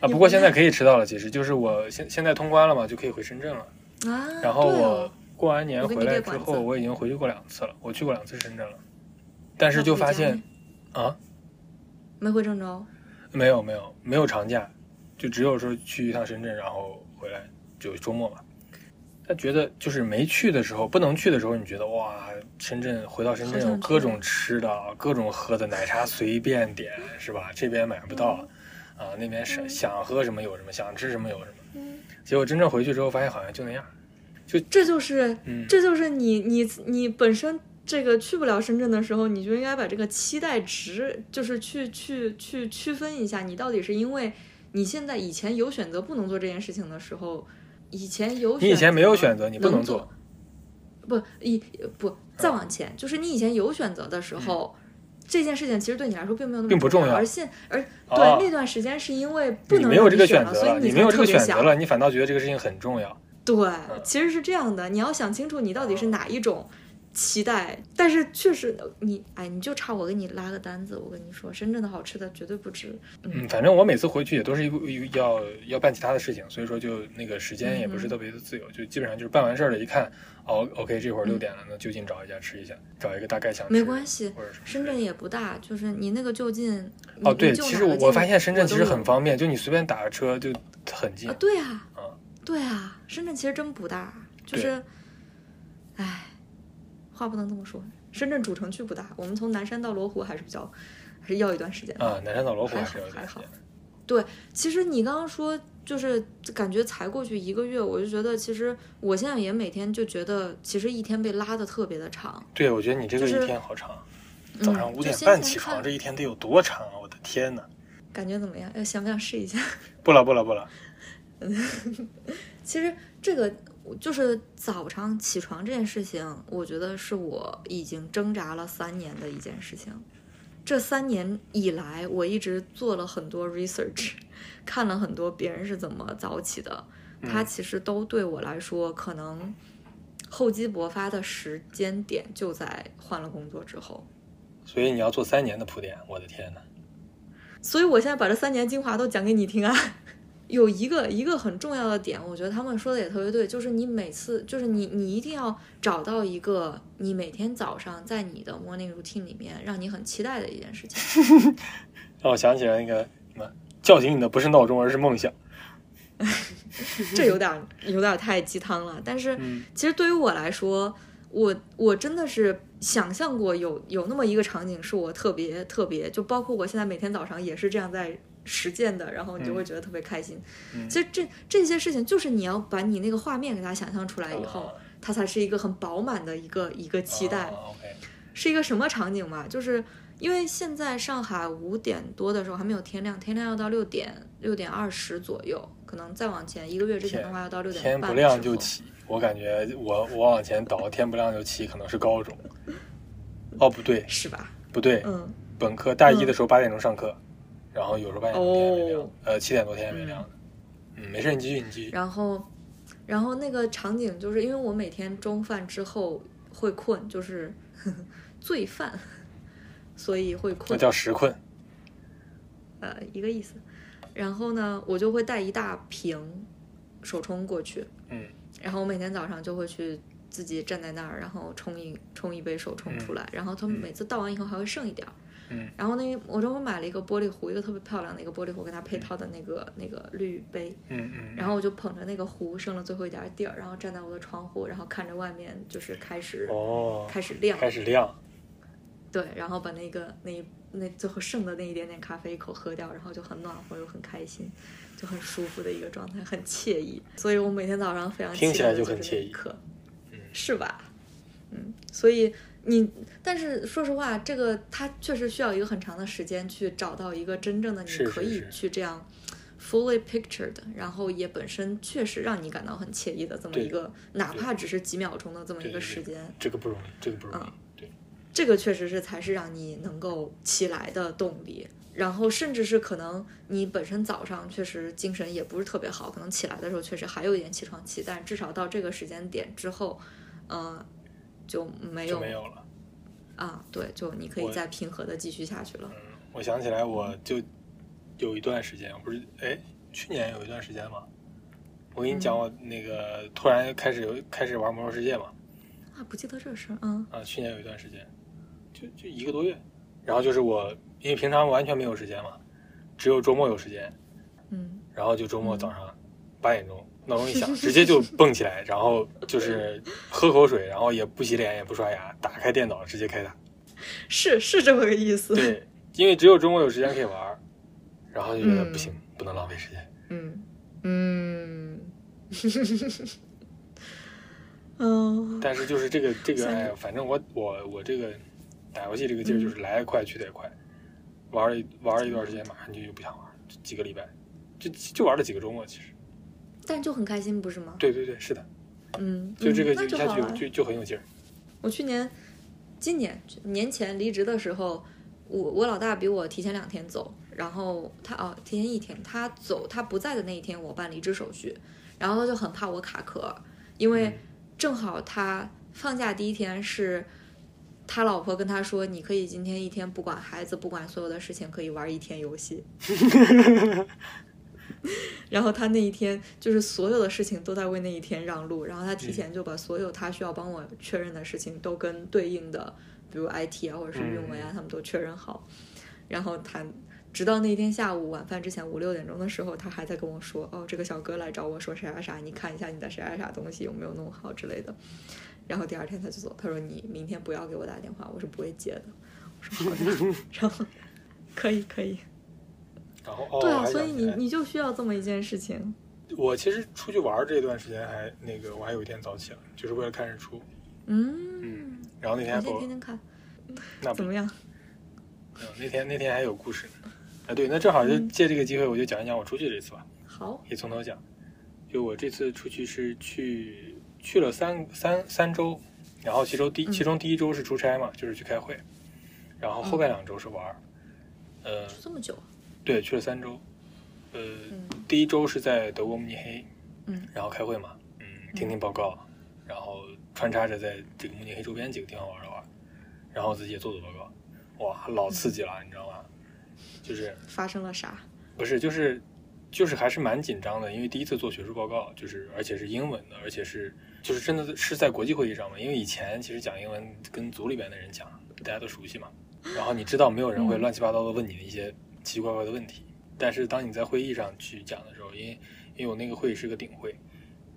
Speaker 1: 啊，
Speaker 2: 你
Speaker 1: 不过
Speaker 2: 不
Speaker 1: 现在可以吃到了，其实就是我现现在通关了嘛，就可以回深圳了。
Speaker 2: 啊，
Speaker 1: 然后
Speaker 2: 对
Speaker 1: 我
Speaker 2: 哦
Speaker 1: 过完年
Speaker 2: 我跟
Speaker 1: 回
Speaker 2: 你
Speaker 1: 来
Speaker 2: 列
Speaker 1: 之
Speaker 2: 管子
Speaker 1: 后，我已经回去过两次了，我去过两次深圳了，但是
Speaker 2: 那
Speaker 1: 就
Speaker 2: 嗯回
Speaker 1: 发
Speaker 2: 家
Speaker 1: 现
Speaker 2: 呢
Speaker 1: 啊，
Speaker 2: 没回郑州，
Speaker 1: 没有没有没有长假，就只有说去一趟深圳，然后回来就周末嘛。他觉得就是没去的时候，不能去的时候，你觉得哇，深圳回到深圳
Speaker 2: 好
Speaker 1: 有
Speaker 2: 想
Speaker 1: 各
Speaker 2: 去
Speaker 1: 种吃的、各种喝的，奶茶随便点是吧？这边买不到，啊，那边是
Speaker 2: 嗯
Speaker 1: 想喝什么有什么，想吃什么有什么。
Speaker 2: 嗯，
Speaker 1: 结果真正回去之后，发现好像就那样。
Speaker 2: 这就是
Speaker 1: 嗯，
Speaker 2: 这就是你你你本身这个去不了深圳的时候，你就应该把这个期待值，就是去去去区分一下，你到底是因为你现在以前有选择不能做这件事情的时候，以前有
Speaker 1: 你以前没有选
Speaker 2: 择
Speaker 1: 择，你不能
Speaker 2: 能做
Speaker 1: 做。
Speaker 2: 不以不再往前，就是你以前有选择的时候。这件事情其实对你来说并没有那
Speaker 1: 嗯
Speaker 2: 么
Speaker 1: 并不重要
Speaker 2: 而现而对、
Speaker 1: 哦
Speaker 2: 那段时间是因为不
Speaker 1: 你
Speaker 2: 能
Speaker 1: 没有
Speaker 2: 让
Speaker 1: 这个
Speaker 2: 选
Speaker 1: 选
Speaker 2: 了
Speaker 1: 择
Speaker 2: 所以
Speaker 1: 了，你
Speaker 2: 才
Speaker 1: 没有这个
Speaker 2: 特别
Speaker 1: 选
Speaker 2: 想
Speaker 1: 择了，你反倒觉得这个事情很重要。
Speaker 2: 对，其实是这样的，你要想清楚你到底是哪一种期待，但是确实你哎，你就差我给你拉个单子，我跟你说，深圳的好吃的绝对不止。
Speaker 1: 嗯，反正我每次回去也都是一个一个要要办其他的事情，所以说就那个时间也不是
Speaker 2: 嗯
Speaker 1: 特别的自由，就基本上就是办完事儿了，一看，哦，OK，这会儿六点了，那就近找一家吃一下，找一个大概想吃
Speaker 2: 嗯没关系，
Speaker 1: 或者什么之
Speaker 2: 深
Speaker 1: 类的。
Speaker 2: 圳也不大，就是你那个就近。
Speaker 1: 哦，
Speaker 2: 你
Speaker 1: 对，
Speaker 2: 你就
Speaker 1: 其
Speaker 2: 哪
Speaker 1: 实
Speaker 2: 个
Speaker 1: 我
Speaker 2: 近
Speaker 1: 我发现深圳其实
Speaker 2: 我都
Speaker 1: 很方便，就你随便打个车就很近
Speaker 2: 啊，。对啊
Speaker 1: 啊，
Speaker 2: 对啊，深圳其实真不大，就
Speaker 1: 对
Speaker 2: 是，哎，话不能这么说，深圳主城区不大，我们从南山到罗湖还是比较，还是要一段时间的。
Speaker 1: 啊，南山到罗湖
Speaker 2: 还
Speaker 1: 还是
Speaker 2: 好
Speaker 1: 有点
Speaker 2: 还
Speaker 1: 时
Speaker 2: 好
Speaker 1: 间。
Speaker 2: 其实你刚刚说，就是感觉才过去一个月，我就觉得，其实我现在也每天就觉得，其实一天被拉的特别的长。
Speaker 1: 对，我觉得你这个
Speaker 2: 就是
Speaker 1: 一天好长，早上
Speaker 2: 嗯
Speaker 1: 五
Speaker 2: 就
Speaker 1: 点
Speaker 2: 先
Speaker 1: 半
Speaker 2: 前
Speaker 1: 起床，
Speaker 2: 看
Speaker 1: 这一天得有多长啊！我的天呐！
Speaker 2: 感觉怎么样？呃，想不想试一下？
Speaker 1: 不了不了不了，
Speaker 2: 其实这个就是早上起床这件事情，我觉得是我已经挣扎了三年的一件事情。这三年以来，我一直做了很多 research，看 *laughs* 了很多别人是怎么早起的，
Speaker 1: 嗯
Speaker 2: 它其实都对我来说可能厚积薄发的时间点就在换了工作之后，
Speaker 1: 所以你要做三年的铺垫，我的天呐！
Speaker 2: 所以我现在把这三年精华都讲给你听啊。 *laughs* 有一个一个很重要的点，我觉得他们说的也特别对，就是你每次就是你你一定要找到一个你每天早上在你的 morning routine 里面让你很期待的一件事情。
Speaker 1: 让我想起来那个什么，叫醒你的不是闹钟，而是梦想。
Speaker 2: 这有点儿有点儿太鸡汤了。但是
Speaker 1: 嗯
Speaker 2: 其实对于我来说，我我真的是想象过有有那么一个场景，是我特别特别，就包括我现在每天早上也是这样在实践的，然后你就会觉得特别开心。
Speaker 1: 嗯
Speaker 2: 其实这这些事情就是你要把你那个画面给它想象出来以后，
Speaker 1: 啊
Speaker 2: 它才是一个很饱满的一个一个期待。
Speaker 1: 啊 OK，
Speaker 2: 是一个什么场景嘛？就是因为现在上海五点多的时候还没有天亮，天亮要到六点六点二十左右，可能再往前一个月之前的话要到六点
Speaker 1: 天
Speaker 2: 半
Speaker 1: 不
Speaker 2: 的时候
Speaker 1: 亮就。起，我感觉我我往前倒，天不亮就起，可能是高中。哦，不对，
Speaker 2: 是吧？
Speaker 1: 不对，
Speaker 2: 嗯，
Speaker 1: 本科大一的时候八点钟上课，然后有时候八点多天也没亮，
Speaker 2: 哦
Speaker 1: 呃，七点多天也没亮的。嗯，没事，你继续，你继续。
Speaker 2: 然后，然后那个场景就是因为我每天中饭之后会困，就是 *laughs* 罪犯，所以会
Speaker 1: 那
Speaker 2: 困。
Speaker 1: 叫时困。
Speaker 2: 呃一个意思。然后呢，我就会带一大瓶手冲过去，
Speaker 1: 嗯，
Speaker 2: 然后我每天早上就会去自己站在那儿，然后冲一冲一杯手冲出来，然后他们每次倒完以后还会剩一点儿。
Speaker 1: 嗯，
Speaker 2: 然后那我专门买了一个玻璃壶，一个特别漂亮的一个玻璃壶，给它配套的那个、那个滤杯，
Speaker 1: 嗯嗯。
Speaker 2: 然后我就捧着那个壶，剩了最后一点儿底儿，然后站在我的窗户，然后看着外面就是开始、
Speaker 1: 哦，
Speaker 2: 开始亮，
Speaker 1: 开始亮。
Speaker 2: 对，然后把那个那一那最后剩的那一点点咖啡一口喝掉，然后就很暖和又很开心，就很舒服的一个状态，很惬意。所以我每天早上非常
Speaker 1: 听起
Speaker 2: 期待
Speaker 1: 来
Speaker 2: 的
Speaker 1: 就
Speaker 2: 就是
Speaker 1: 很
Speaker 2: 那一
Speaker 1: 惬意
Speaker 2: 刻
Speaker 1: 嗯
Speaker 2: 是吧？嗯，所以你，但是说实话，这个它确实需要一个很长的时间去找到一个真正的你
Speaker 1: 是是
Speaker 2: 可以
Speaker 1: 是
Speaker 2: 去这样 fully pictured，然后也本身确实让你感到很惬意的这么
Speaker 1: 对
Speaker 2: 一个，哪怕只是几秒钟的这么一个时间，
Speaker 1: 这个不容易，这个不容易。
Speaker 2: 嗯
Speaker 1: 对，
Speaker 2: 这个确实是才是让你能够起来的动力。然后，甚至是可能你本身早上确实精神也不是特别好，可能起来的时候确实还有一点起床气，但至少到这个时间点之后，呃，就没
Speaker 1: 就
Speaker 2: 有
Speaker 1: 没有了。
Speaker 2: 啊，对，就你可
Speaker 1: 我
Speaker 2: 以再平和的继续下去了。
Speaker 1: 我想起来，我就有一段时间，不是哎，去年有一段时间嘛，我跟你讲，我那个突然开始有开始玩魔兽世界嘛，
Speaker 2: 啊，不记得这事儿，嗯
Speaker 1: 啊，去年有一段时间，就就一个多月，然后就是我因为平常完全没有时间嘛，只有周末有时间，
Speaker 2: 嗯
Speaker 1: 然后就周末早上八点钟闹钟一响，直接就蹦起来，然后就是喝口水，然后也不洗脸也不刷牙，打开电脑直接开打。
Speaker 2: 是是这么个意思。
Speaker 1: 对，因为只有周末有时间可以玩儿，然后就觉得
Speaker 2: 嗯
Speaker 1: 不行，不能浪费时间。
Speaker 2: 嗯嗯 *laughs* 嗯，
Speaker 1: 但是就是这个这个，
Speaker 2: 像
Speaker 1: 哎，反正我我我这个打游戏这个
Speaker 2: 嗯
Speaker 1: 劲儿就是来得快去得也快，玩了一玩了一段时间，马上就就不想玩，就几个礼拜，就就玩了几个周末，其实。
Speaker 2: 但就很开心，不是吗？
Speaker 1: 对对对，是的，
Speaker 2: 嗯，
Speaker 1: 就这个
Speaker 2: 嗯那
Speaker 1: 就
Speaker 2: 就
Speaker 1: 一下
Speaker 2: 好
Speaker 1: 去
Speaker 2: 了
Speaker 1: 就就很有劲儿。
Speaker 2: 我去年、今年年前离职的时候，我我老大比我提前两天走，然后他哦提前一天，他走他不在的那一天，我办离职手续，然后他就很怕我卡壳，因
Speaker 1: 嗯
Speaker 2: 为正好他放假第一天是。他老婆跟他说：“你可以今天一天不管孩子，不管所有的事情，可以玩一天游戏。”然后他那一天就是所有的事情都在为那一天让路，然后他提前就把所有他需要帮我确认的事情都跟对应的，比如 IT 啊或者是运维啊，他们都确认好。然后他直到那一天下午晚饭之前五六点钟的时候，他还在跟我说：“哦，这个小哥来找我说啥啥啥，你看一下你的啥啥啥东西有没有弄好之类的。”然后第二天他就走，他说：“你明天不要给我打电话，我是不会接的。”我说：“好的。” *laughs* 然后可以可以，
Speaker 1: 然后哦，
Speaker 2: 对
Speaker 1: 我
Speaker 2: 啊，
Speaker 1: 还
Speaker 2: 所以
Speaker 1: 想起
Speaker 2: 你
Speaker 1: 来，
Speaker 2: 你就需要这么一件事情。
Speaker 1: 我其实出去玩儿这段时间还那个，我还有一天早起了，就是为了看日出。
Speaker 2: 嗯，
Speaker 1: 然后那天还
Speaker 2: 我先
Speaker 1: 给我
Speaker 2: 听听看嗯
Speaker 1: 那不
Speaker 2: 怎么样。
Speaker 1: 嗯，那天那天还有故事呢。啊，对，那正好就
Speaker 2: 嗯
Speaker 1: 借这个机会，我就讲一讲我出去这次吧，
Speaker 2: 好，
Speaker 1: 可以从头讲。就我这次出去是去去了三三三周，然后其中第
Speaker 2: 嗯
Speaker 1: 其中第一周是出差嘛，就是去开会，然后后
Speaker 2: 嗯
Speaker 1: 面两周是玩儿。呃，
Speaker 2: 这么久，
Speaker 1: 对，去了三周。呃，
Speaker 2: 嗯
Speaker 1: 第一周是在德国慕尼黑，
Speaker 2: 嗯
Speaker 1: 然后开会嘛，嗯，听听报告，然后穿插着在这个慕尼黑周边几个地方玩了玩，然后自己也做做报告，哇，老刺激了，你知道吗？就是
Speaker 2: 发生了啥？
Speaker 1: 不是就是就是还是蛮紧张的，因为第一次做学术报告，就是而且是英文的，而且是就是真的是在国际会议上嘛，因为以前其实讲英文跟组里边的人讲，大家都熟悉嘛，然后你知道没有人会
Speaker 2: 嗯
Speaker 1: 乱七八糟的问你的一些奇奇怪怪的问题，但是当你在会议上去讲的时候，因为因为我那个会议是个顶会，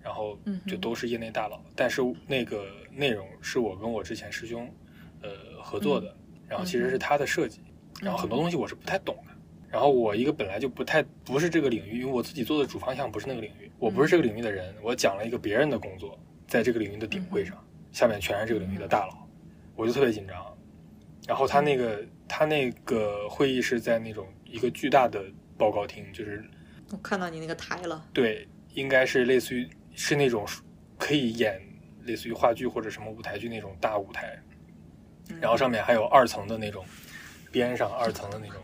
Speaker 1: 然后
Speaker 2: 嗯哼
Speaker 1: 就都是业内大佬，但是那个内容是我跟我之前师兄呃合作的，
Speaker 2: 嗯
Speaker 1: 然后其实是他的设计，然后很多东西我是不太懂的。然后我一个本来就不太不是这个领域，因为我自己做的主方向不是那个领域，我不是这个领域的人，我讲了一个别人的工作，在这个领域的顶会上，下面全是这个领域的大佬，我就特别紧张。然后他那个他那个会议是在那种一个巨大的报告厅，就是
Speaker 2: 我看到你那个台了，
Speaker 1: 对，应该是类似于是那种可以演类似于话剧或者什么舞台剧那种大舞台，
Speaker 2: 嗯
Speaker 1: 然后上面还有二层的那种，边上二层的那种，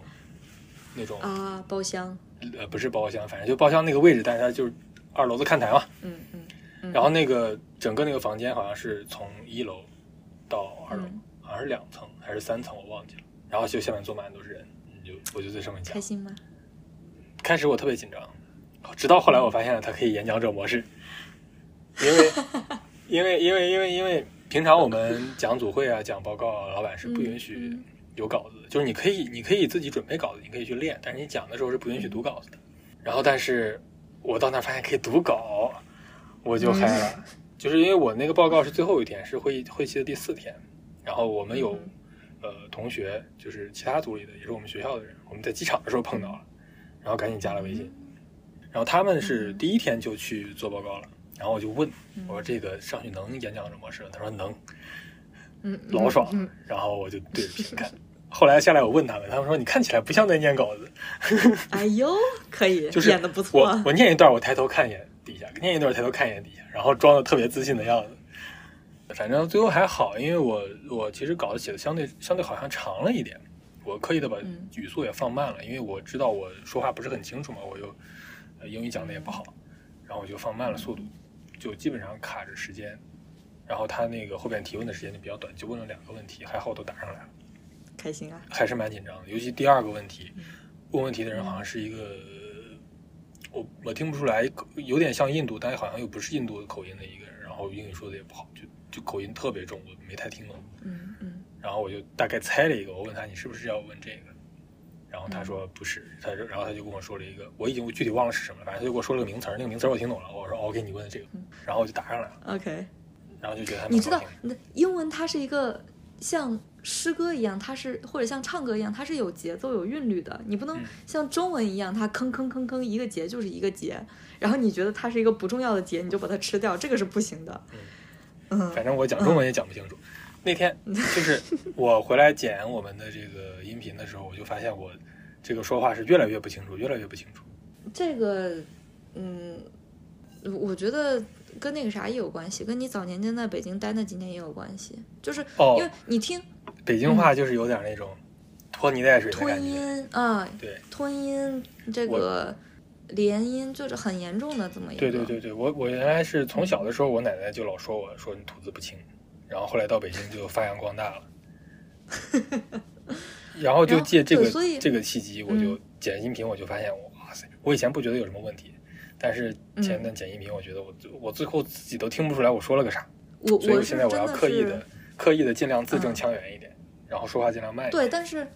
Speaker 1: 那种
Speaker 2: 啊，包厢，
Speaker 1: 呃不是包厢，反正就包厢那个位置，但是它就是二楼的看台嘛。
Speaker 2: 嗯嗯嗯，
Speaker 1: 然后那个整个那个房间好像是从一楼到二楼，
Speaker 2: 嗯
Speaker 1: 好像是两层还是三层，我忘记了。然后就下面坐满都是人，你就我就在上面讲
Speaker 2: 开。心吗？
Speaker 1: 开始我特别紧张，直到后来我发现了它可以演讲者模式，因
Speaker 2: *laughs*
Speaker 1: 为因为因为因为因为平常我们讲组会啊、讲报告啊，老板是不允许
Speaker 2: 嗯
Speaker 1: 有稿子的，就是你可以你可以自己准备稿子，你可以去练，但是你讲的时候是不允许
Speaker 2: 嗯
Speaker 1: 读稿子的。然后，但是我到那儿发现可以读稿，我就嗨了，
Speaker 2: 嗯
Speaker 1: *laughs* 就是因为我那个报告是最后一天，是会议会期的第四天，然后我们有、
Speaker 2: 嗯
Speaker 1: 呃同学，就是其他组里的，也是我们学校的人，我们在机场的时候碰到了，然后赶紧加了微信，然后他们是第一天就去做报告了，然后我就问我说这个上去能演讲这模式吗？他说能，
Speaker 2: 嗯，嗯
Speaker 1: 老爽
Speaker 2: 嗯，
Speaker 1: 然后我就对着屏看。后来下来我问他们，他们说你看起来不像在念稿子，
Speaker 2: 哎呦，可以，
Speaker 1: 就是
Speaker 2: 演的不错
Speaker 1: 我，我念一段，我抬头看一眼底下，念一段抬头看一眼底下，然后装的特别自信的样子。反正最后还好，因为我我其实稿子写的相对相对好像长了一点，我刻意的把
Speaker 2: 嗯
Speaker 1: 语速也放慢了，因为我知道我说话不是很清楚嘛，我又呃英语讲的也不好，然后我就放慢了速度，就基本上卡着时间。然后他那个后边提问的时间就比较短，就问了两个问题，还好都答上来了。
Speaker 2: 开心啊！
Speaker 1: 还是蛮紧张的，尤其第二个问题
Speaker 2: 嗯，
Speaker 1: 问问题的人好像是一个，我我听不出来，有点像印度，但好像又不是印度的口音的一个人，然后英语说的也不好，就就口音特别重，我没太听懂。
Speaker 2: 嗯嗯
Speaker 1: 然后我就大概猜了一个，我问他你是不是要问这个，然后
Speaker 2: 嗯
Speaker 1: 他说不是，他就然后他就跟我说了一个，我已经具体忘了是什么了，反正他就给我说了个名词儿，那个名词儿我听懂了，我说哦 OK 你问的这个
Speaker 2: 嗯，
Speaker 1: 然后我就答上来了，
Speaker 2: ，OK，
Speaker 1: 然后就觉得还蛮
Speaker 2: 你知
Speaker 1: 高
Speaker 2: 道
Speaker 1: 兴的，，
Speaker 2: 那英文它是一个像诗歌一样，它是或者像唱歌一样，它是有节奏、有韵律的。你不能
Speaker 1: 嗯
Speaker 2: 像中文一样，它吭吭吭吭一个节就是一个节，然后你觉得它是一个不重要的节，你就把它吃掉，这个是不行的。嗯
Speaker 1: 反正我讲中文也讲不清楚。那天就是我回来剪我们的这个音频的时候，我就发现我这个说话是越来越不清楚，越来越不清楚。
Speaker 2: 这个，嗯，我觉得跟那个啥也有关系，跟你早年间在北京待那几年也有关系，就是
Speaker 1: 哦
Speaker 2: 因为你听
Speaker 1: 北京话就是有点那种拖泥带水的
Speaker 2: 吞
Speaker 1: 感觉。
Speaker 2: 音啊，
Speaker 1: 对
Speaker 2: 吞音这个连音就是很严重的这么一个，
Speaker 1: 对对，对对，我我原来是从小的时候，我奶奶就老说我说你吐字不清，然后后来到北京就发扬光大
Speaker 2: *laughs*
Speaker 1: 了，然后就借这
Speaker 2: 然
Speaker 1: 个
Speaker 2: 后对所以嗯
Speaker 1: 这个契机，我就剪音频，我就发现我哇塞，我以前不觉得有什么问题，但是
Speaker 2: 嗯
Speaker 1: 前段剪音频，我觉得我我最后自己都听不出来我说了个啥。
Speaker 2: 我
Speaker 1: 所以
Speaker 2: 我是
Speaker 1: 现
Speaker 2: 真
Speaker 1: 在
Speaker 2: 的
Speaker 1: 我要
Speaker 2: 是
Speaker 1: 刻意的、刻意的尽量字正
Speaker 2: 嗯
Speaker 1: 腔圆一点，然后说话尽量慢一点。
Speaker 2: 对，但是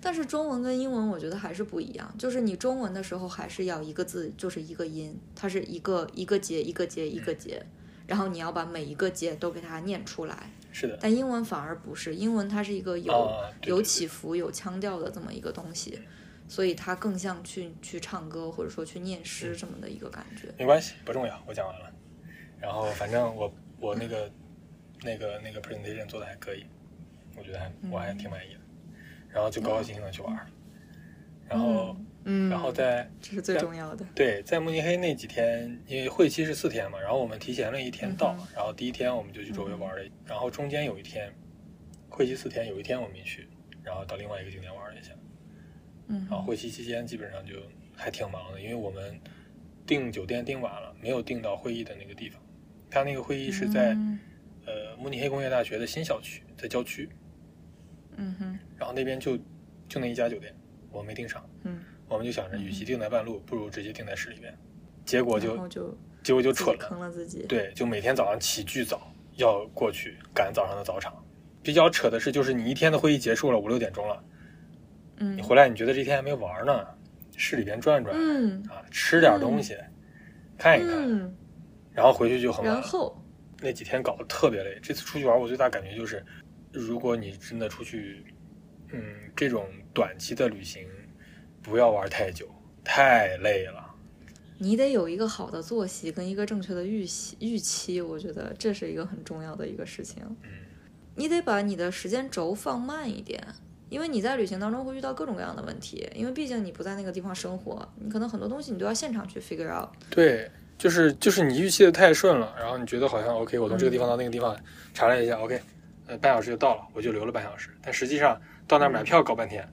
Speaker 2: 但是中文跟英文我觉得还是不一样，就是你中文的时候还是要一个字就是一个音，它是一个一个节一个节一个节，然后你要把每一个节都给它念出来。
Speaker 1: 是的，
Speaker 2: 但英文反而不是，英文它是一个有、
Speaker 1: 啊对
Speaker 2: 有
Speaker 1: 对
Speaker 2: 起伏、有腔调的这么一个东西，所以它更像去去唱歌或者说去念
Speaker 1: 嗯
Speaker 2: 诗这么的一个感觉。
Speaker 1: 没关系，不重要，我讲完了。然后反正我我那个那个那个 presentation 做的还可以，我觉得还我还
Speaker 2: 嗯
Speaker 1: 挺满意的。然后就高高兴兴的去玩儿，然后、
Speaker 2: 嗯，
Speaker 1: 然后在
Speaker 2: 这是最重要的。
Speaker 1: 对在慕尼黑那几天，因为会期是四天嘛，然后我们提前了一天到，
Speaker 2: 嗯哼嗯
Speaker 1: 然后第一天我们就去周围玩了，然后中间有一天会期四天，有一天我没去，然后到另外一个景点玩了一下。
Speaker 2: 嗯
Speaker 1: 然后会期期间基本上就还挺忙的，因为我们订酒店订晚了，没有订到会议的那个地方。他那个会议是在、
Speaker 2: 嗯
Speaker 1: 呃慕尼黑工业大学的新校区，在郊区，
Speaker 2: 嗯哼
Speaker 1: 然后那边就就那一家酒店，我没订上。
Speaker 2: 嗯，
Speaker 1: 我们就想着，与其订在半路，不如直接订在市里边。结果
Speaker 2: 然后
Speaker 1: 就
Speaker 2: 就
Speaker 1: 结果就
Speaker 2: 自己
Speaker 1: 蠢了，
Speaker 2: 坑了自己。
Speaker 1: 对，就每天早上起巨早，要过去赶早上的早场。比较扯的是，就是你一天的会议结束了，五六点钟了，
Speaker 2: 嗯
Speaker 1: 你回来你觉得这天还没玩儿呢，市里边转转，
Speaker 2: 嗯
Speaker 1: 啊，吃点东西，看一看，
Speaker 2: 嗯，
Speaker 1: 然后回去就很晚
Speaker 2: 然
Speaker 1: 了。
Speaker 2: 后
Speaker 1: 那几天搞得特别累。这次出去玩，我最大感觉就是，如果你真的出去，嗯，这种短期的旅行，不要玩太久，太累了。
Speaker 2: 你得有一个好的作息跟一个正确的预期，预期我觉得这是一个很重要的一个事情。
Speaker 1: 嗯，
Speaker 2: 你得把你的时间轴放慢一点，因为你在旅行当中会遇到各种各样的问题，因为毕竟你不在那个地方生活，你可能很多东西你都要现场去 figure out。
Speaker 1: 对，就是就是你预期的太顺了，然后你觉得好像 OK，我从这个地方到那个地方，查了一下 OK，呃，半小时就到了，我就留了半小时，但实际上到那儿买票搞半天，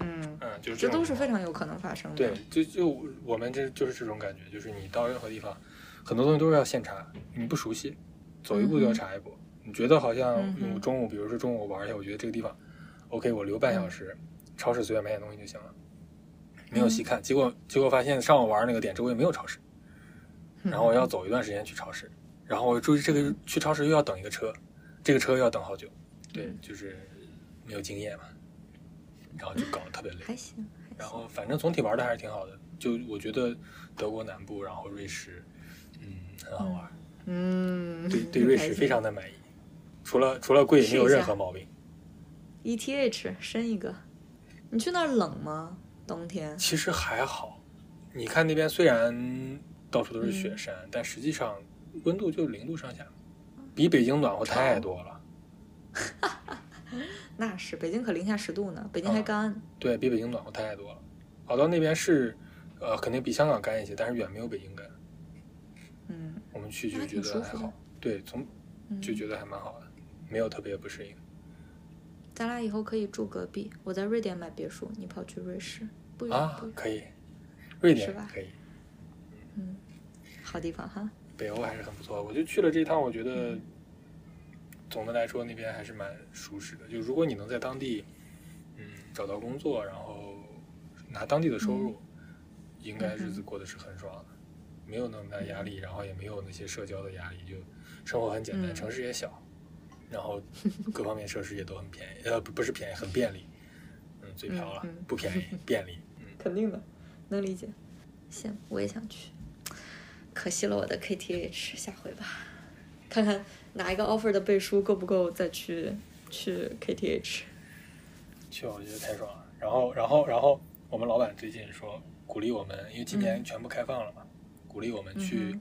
Speaker 2: 嗯，
Speaker 1: 嗯，就是
Speaker 2: 这
Speaker 1: 种
Speaker 2: 都是
Speaker 1: 情况
Speaker 2: 非常有可能发生的。
Speaker 1: 对，就就我们这就是这种感觉，就是你到任何地方，很多东西都是要现查，你不熟悉，走一步就要查一步。你觉得好像
Speaker 2: 嗯哼
Speaker 1: 我中午，比如说中午我玩一下，我觉得这个地方 OK，我留半小时，超市随便买点东西就行了，没有细看。结果结果发现上午玩那个点周围没有超市，
Speaker 2: 嗯，
Speaker 1: 然后我要走一段时间去超市，然后我注意这个去超市又要等一个车，这个车又要等好久，对
Speaker 2: 嗯，
Speaker 1: 就是没有经验嘛，然后就搞得特别累。
Speaker 2: 还行，还
Speaker 1: 然
Speaker 2: 行。
Speaker 1: 后反正总体玩的还是挺好的，就我觉得德国南部，然后瑞士，嗯，很好玩，
Speaker 2: 嗯，
Speaker 1: 对对瑞士非常的满意，除了除了贵也没有任何毛病。
Speaker 2: ETH ，E 深一个。你去那儿冷吗？冬天？
Speaker 1: 其实还好，你看那边虽然到处都是
Speaker 2: 嗯
Speaker 1: 雪
Speaker 2: 哦
Speaker 1: 山，但实际上温度就零度上下，比北京暖和太多了。
Speaker 2: 那是北京可零下十度呢，北京还干。
Speaker 1: 对比北京暖和太多了。跑到那边是，呃，肯定比香港干一些，但是远没有北京干。
Speaker 2: 嗯，
Speaker 1: 我们去
Speaker 2: 那
Speaker 1: 就
Speaker 2: 还
Speaker 1: 觉
Speaker 2: 挺
Speaker 1: 得
Speaker 2: 舒
Speaker 1: 还
Speaker 2: 服的
Speaker 1: 好，对，从
Speaker 2: 嗯
Speaker 1: 就觉得还蛮好的，没有特别不适应。
Speaker 2: 咱俩以后可以住隔壁，我在瑞典买别墅，你跑去瑞士，不远
Speaker 1: 啊
Speaker 2: 不，远。
Speaker 1: 可以，瑞
Speaker 2: 是
Speaker 1: 典
Speaker 2: 吧
Speaker 1: 可以，
Speaker 2: 嗯，好地方哈。
Speaker 1: 北欧还是很不错。我就去了这一趟，我觉
Speaker 2: 嗯
Speaker 1: 得总的来说那边还是蛮舒适的。就如果你能在当地，嗯，找到工作，然后拿当地的收入，
Speaker 2: 嗯
Speaker 1: 应该日子过得是很爽的，没有那么大压力，然后也没有那些社交的压力，就生活很简单，
Speaker 2: 嗯
Speaker 1: 城市也小，然
Speaker 2: *laughs*
Speaker 1: 后各方面设施也都很便宜，呃，不不是便宜，很便利。嗯，嘴瓢了，
Speaker 2: 嗯嗯
Speaker 1: 不便宜，便利。嗯，
Speaker 2: 肯定的，能理解。行，我也想去，可惜了我的 KTH，下回吧，看看哪一个 offer 的背书够不够再去去 KTH。
Speaker 1: 去我觉得太爽了。然后，然后，然后我们老板最近说鼓励我们，因为今年全部开放了嘛，鼓励我们去、
Speaker 2: 嗯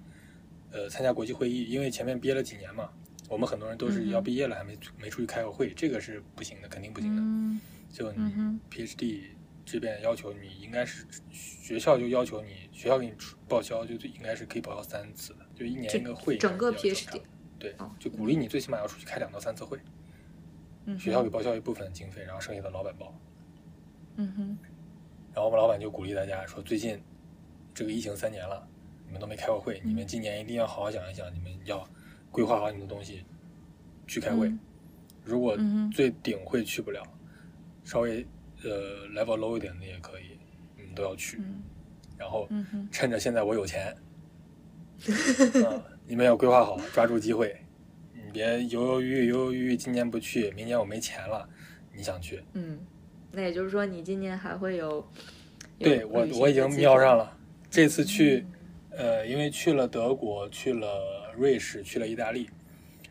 Speaker 1: 呃参加国际会议，因为前面憋了几年嘛，我们很多人都是要
Speaker 2: 嗯哼
Speaker 1: 毕业了还没出没出去开过会，这个是不行的，肯定不行的。
Speaker 2: 嗯
Speaker 1: 就你
Speaker 2: 嗯哼
Speaker 1: PhD 这边要求你应该是学校就要求你，学校给你出报销就最应该是可以报销三次的，就一年
Speaker 2: 这
Speaker 1: 一个会应该
Speaker 2: 整
Speaker 1: 是
Speaker 2: 个
Speaker 1: 比较正常
Speaker 2: PhD
Speaker 1: 的。对
Speaker 2: 哦，
Speaker 1: 就鼓励你最起码要出去开两到三次会，
Speaker 2: 嗯哼，
Speaker 1: 学校给报销一部分经费，然后剩下的老板包。
Speaker 2: 嗯哼，
Speaker 1: 然后我们老板就鼓励大家说，最近这个疫情三年了，你们都没开过会，你
Speaker 2: 嗯
Speaker 1: 们今年一定要好好想一想，你们要规划好你们的东西去开会。
Speaker 2: 嗯
Speaker 1: 如果
Speaker 2: 嗯哼
Speaker 1: 最顶会去不了，稍微呃 level low 一点的也可以，你们都要去。
Speaker 2: 嗯
Speaker 1: 然后
Speaker 2: 嗯哼，
Speaker 1: 趁着现在我有
Speaker 2: *laughs*
Speaker 1: 钱，啊，你们要规划好，抓住机会，你别犹犹豫豫，犹犹豫豫，今年不去，明年我没钱了，你想去？
Speaker 2: 嗯，那也就是说你今年还会有，有
Speaker 1: 对我
Speaker 2: 旅行
Speaker 1: 我已
Speaker 2: 的
Speaker 1: 经
Speaker 2: 计
Speaker 1: 瞄
Speaker 2: 划
Speaker 1: 上了，这次去，
Speaker 2: 嗯
Speaker 1: 呃，因为去了德国，去了瑞士，去了意大利，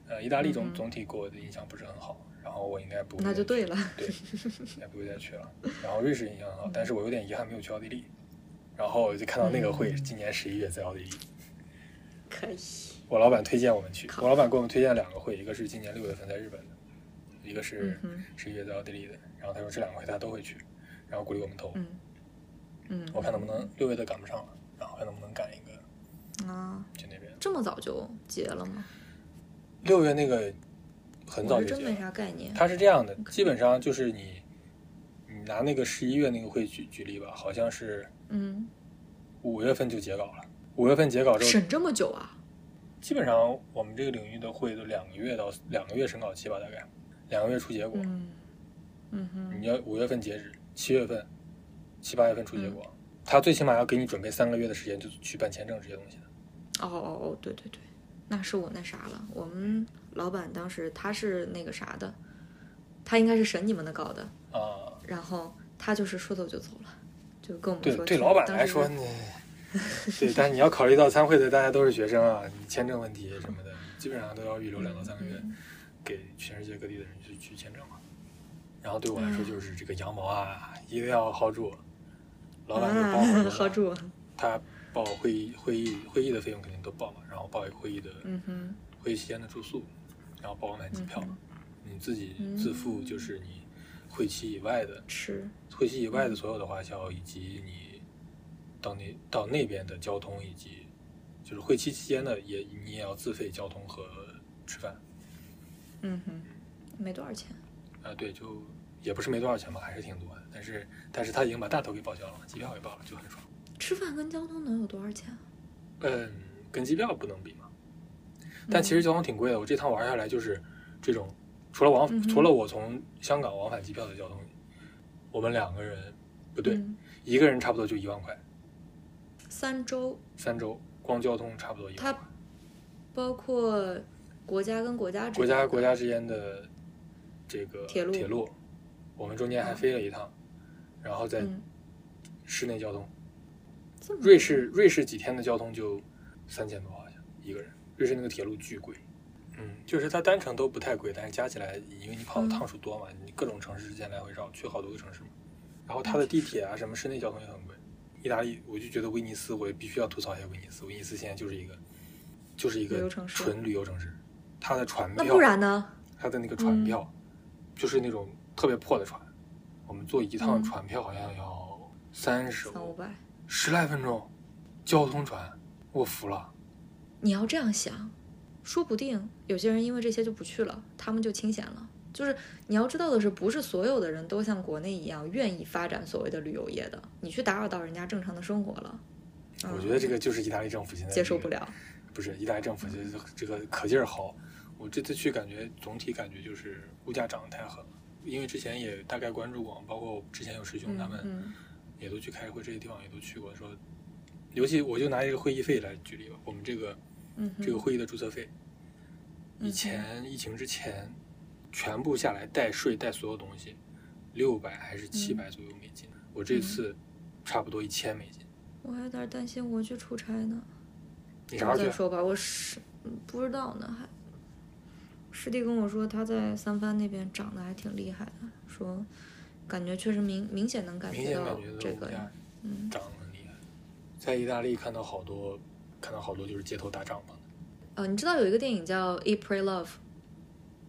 Speaker 1: 呃，意大利
Speaker 2: 嗯
Speaker 1: 总
Speaker 2: 哼
Speaker 1: 总体给我的印象不是很好，然后我应该不会
Speaker 2: 嗯那
Speaker 1: 再
Speaker 2: 就对
Speaker 1: 去
Speaker 2: 了，
Speaker 1: 对，应该不会再去了。然后瑞士印象很好，但是我有点遗憾没有去奥地利，然后我就看到那个会
Speaker 2: 嗯
Speaker 1: 今年十一月在奥地利，
Speaker 2: *laughs* 可以，
Speaker 1: 我老板推荐我们去，
Speaker 2: 好
Speaker 1: 我老板给我们推荐了两个会，一个是今年六月份在日本的，一个是
Speaker 2: 嗯哼，
Speaker 1: 十一月在奥地利的，然后他说这两个会他都会去，然后鼓励我们投，
Speaker 2: 嗯嗯，
Speaker 1: 我看能不能六月的赶不上了，然后看能不能赶一个
Speaker 2: 啊，
Speaker 1: 去那边。
Speaker 2: 这么早就结了吗？
Speaker 1: 六月那个很早
Speaker 2: 我
Speaker 1: 就是结
Speaker 2: 真
Speaker 1: 了，
Speaker 2: 没啥概念。
Speaker 1: 它是这样的，
Speaker 2: OK
Speaker 1: 基本上就是你，你拿那个十一月那个会举举例吧，好像是
Speaker 2: 嗯，
Speaker 1: 五月份就截稿了。五月份截稿之后，
Speaker 2: 审这么久啊？
Speaker 1: 基本上我们这个领域的会都两个月到两个月审稿期吧，大概两个月出结果。
Speaker 2: 嗯嗯哼，
Speaker 1: 你要五月份截止，七月份、七八月份出
Speaker 2: 嗯
Speaker 1: 结果，他最起码要给你准备三个月的时间，就去办签证这些东西的。
Speaker 2: 哦哦哦，对对对，那是我那啥了。我们老板当时他是那个啥的，他应该是审你们的稿的，
Speaker 1: 啊，
Speaker 2: 然后他就是说走就走了，就跟我们
Speaker 1: 对
Speaker 2: 说
Speaker 1: 对，
Speaker 2: 去
Speaker 1: 老板
Speaker 2: 当
Speaker 1: 来
Speaker 2: 时
Speaker 1: 说，
Speaker 2: 是
Speaker 1: 你
Speaker 2: *laughs*
Speaker 1: 对，但你要考虑到参会的大家都是学生啊，你签证问题什么的，基本上都要预留两到三个月
Speaker 2: 嗯
Speaker 1: 给全世界各地的人去去签证嘛。然后对我来
Speaker 2: 嗯
Speaker 1: 说就是这个羊毛啊，一定要 hold 住。老板就报很 *laughs*
Speaker 2: 啊，
Speaker 1: 多
Speaker 2: 好
Speaker 1: 了，
Speaker 2: 住，
Speaker 1: 他报会议会议会议的费用肯定都报嘛，然后报一个会议的
Speaker 2: 嗯哼，
Speaker 1: 会议期间的住宿，然后报完买机票，
Speaker 2: 嗯
Speaker 1: 你自己自付就是你会期以外的
Speaker 2: 吃，
Speaker 1: 会期以外
Speaker 2: 嗯
Speaker 1: 的所有的花销，以及你到那到那边的交通，以及就是会期期间的也你也要自费交通和吃饭。
Speaker 2: 嗯哼，没多少钱，
Speaker 1: 啊、对，就也不是没多少钱吧，还是挺多的。但是但是他已经把大头给报销了嘛，机票也报了，就很爽。
Speaker 2: 吃饭跟交通能有多少钱啊？
Speaker 1: 嗯，跟机票不能比嘛，但
Speaker 2: 嗯
Speaker 1: 其实交通挺贵的。我这趟玩下来就是这种，除了往、
Speaker 2: 嗯哼
Speaker 1: 除了我从香港往返机票的交通，我们两个人不对，
Speaker 2: 嗯
Speaker 1: 一个人差不多就一万块，
Speaker 2: 三周
Speaker 1: 三周光交通差不多一万
Speaker 2: 他
Speaker 1: 块。
Speaker 2: 包括国家跟国家之
Speaker 1: 国
Speaker 2: 间
Speaker 1: 家
Speaker 2: 的
Speaker 1: 国家之间的这个
Speaker 2: 铁路
Speaker 1: 我们中间还飞了一趟，然后在
Speaker 2: 嗯，
Speaker 1: 室内交通，
Speaker 2: 这么
Speaker 1: 瑞士瑞士几天的交通就三千多好像一个人，瑞士那个铁路巨贵，嗯，就是它单程都不太贵，但是加起来，因为你跑的
Speaker 2: 嗯
Speaker 1: 趟数多嘛，你各种城市之间来回绕，去好多个城市嘛，然后它的地铁啊什么室内交通也很贵，意大利我就觉得威尼斯，我也必须要吐槽一下威尼斯，威尼斯现在就是一个就是一
Speaker 2: 旅
Speaker 1: 个
Speaker 2: 游城市
Speaker 1: 纯旅游城市，它的船
Speaker 2: 那
Speaker 1: 票
Speaker 2: 不然呢？嗯
Speaker 1: 它的那个船票，就是那种特别破的船，我们坐一趟
Speaker 2: 嗯
Speaker 1: 船票好像要三十
Speaker 2: 三五百。
Speaker 1: 十来分钟，交通船，我服了。
Speaker 2: 你要这样想，说不定有些人因为这些就不去了，他们就清闲了。就是你要知道的是，不是所有的人都像国内一样愿意发展所谓的旅游业的，你去打扰到人家正常的生活了，嗯
Speaker 1: 我觉得这个就是意大利政府现在
Speaker 2: 接受不
Speaker 1: 了。
Speaker 2: 了。
Speaker 1: 不是意大利政府就是这个可劲儿薅。我这次去感觉总体感觉就是物价涨得太狠了，因为之前也大概关注过，包括我之前有师兄
Speaker 2: 嗯
Speaker 1: 他们
Speaker 2: 嗯
Speaker 1: 也都去开会，这些地方也都去过，说，尤其我就拿这个会议费来举例吧，我们这个
Speaker 2: 嗯哼，
Speaker 1: 这个会议的注册费，
Speaker 2: 嗯
Speaker 1: 以前疫情之前，全部下来带税带所有东西，六百还是
Speaker 2: 嗯
Speaker 1: 七百左右美金，我这次差不多一千美金。
Speaker 2: 我还有点担心我去出差呢。
Speaker 1: 你啥时候
Speaker 2: 再
Speaker 1: 去啊？
Speaker 2: 说吧，我是嗯不知道呢，还。师弟跟我说他在三藩那边长得还挺厉害的，说感觉确实明明显能感
Speaker 1: 明
Speaker 2: 觉
Speaker 1: 显
Speaker 2: 到
Speaker 1: 感觉到
Speaker 2: 这
Speaker 1: 物
Speaker 2: 个，
Speaker 1: 价
Speaker 2: 嗯
Speaker 1: 涨得很厉害。在意大利看到好多，看到好多就是街头搭帐篷的，
Speaker 2: 呃，你知道有一个电影叫《Eat, Pray, Love》，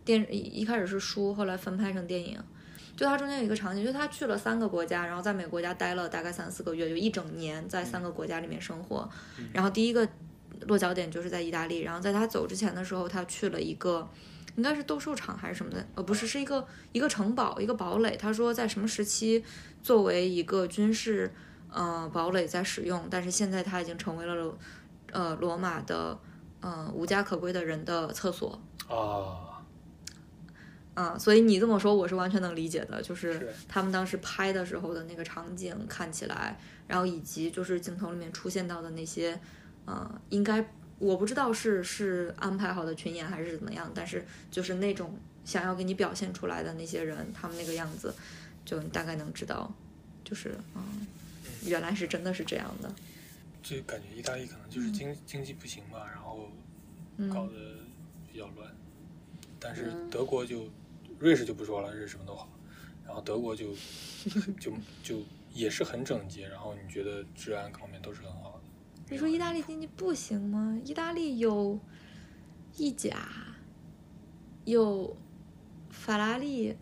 Speaker 2: 电一一开始是书，后来翻拍成电影。就它中间有一个场景，就是他去了三个国家，然后在每个国家待了大概三四个月，就一整年在三个国家里面生活。然后第一个落脚点就是在意大利，然后在他走之前的时候，他去了一个。应该是斗兽场还是什么的，呃，不是，是一个一个城堡，一个堡垒。他说在什么时期作为一个军事呃堡垒在使用，但是现在它已经成为了呃罗马的嗯，无家可归的人的厕所。
Speaker 1: 啊，
Speaker 2: 嗯，所以你这么说，我是完全能理解的。就是
Speaker 1: 是
Speaker 2: 他们当时拍的时候的那个场景看起来，然后以及就是镜头里面出现到的那些，呃，应该我不知道是是安排好的群演还是怎么样，但是就是那种想要给你表现出来的那些人，他们那个样子，就你大概能知道，就是嗯，原来是真的是这样的。
Speaker 1: 就感觉意大利可能就是经、经济不行吧，然后搞
Speaker 2: 嗯，
Speaker 1: 得比较乱。但是
Speaker 2: 嗯
Speaker 1: 德国就，瑞士就不说了，瑞士什么都好，然后德国就就就也是很整洁，然后你觉得治安各方面都是很好的。
Speaker 2: 你说意大利经济不行吗？意大利有意甲，有法拉利，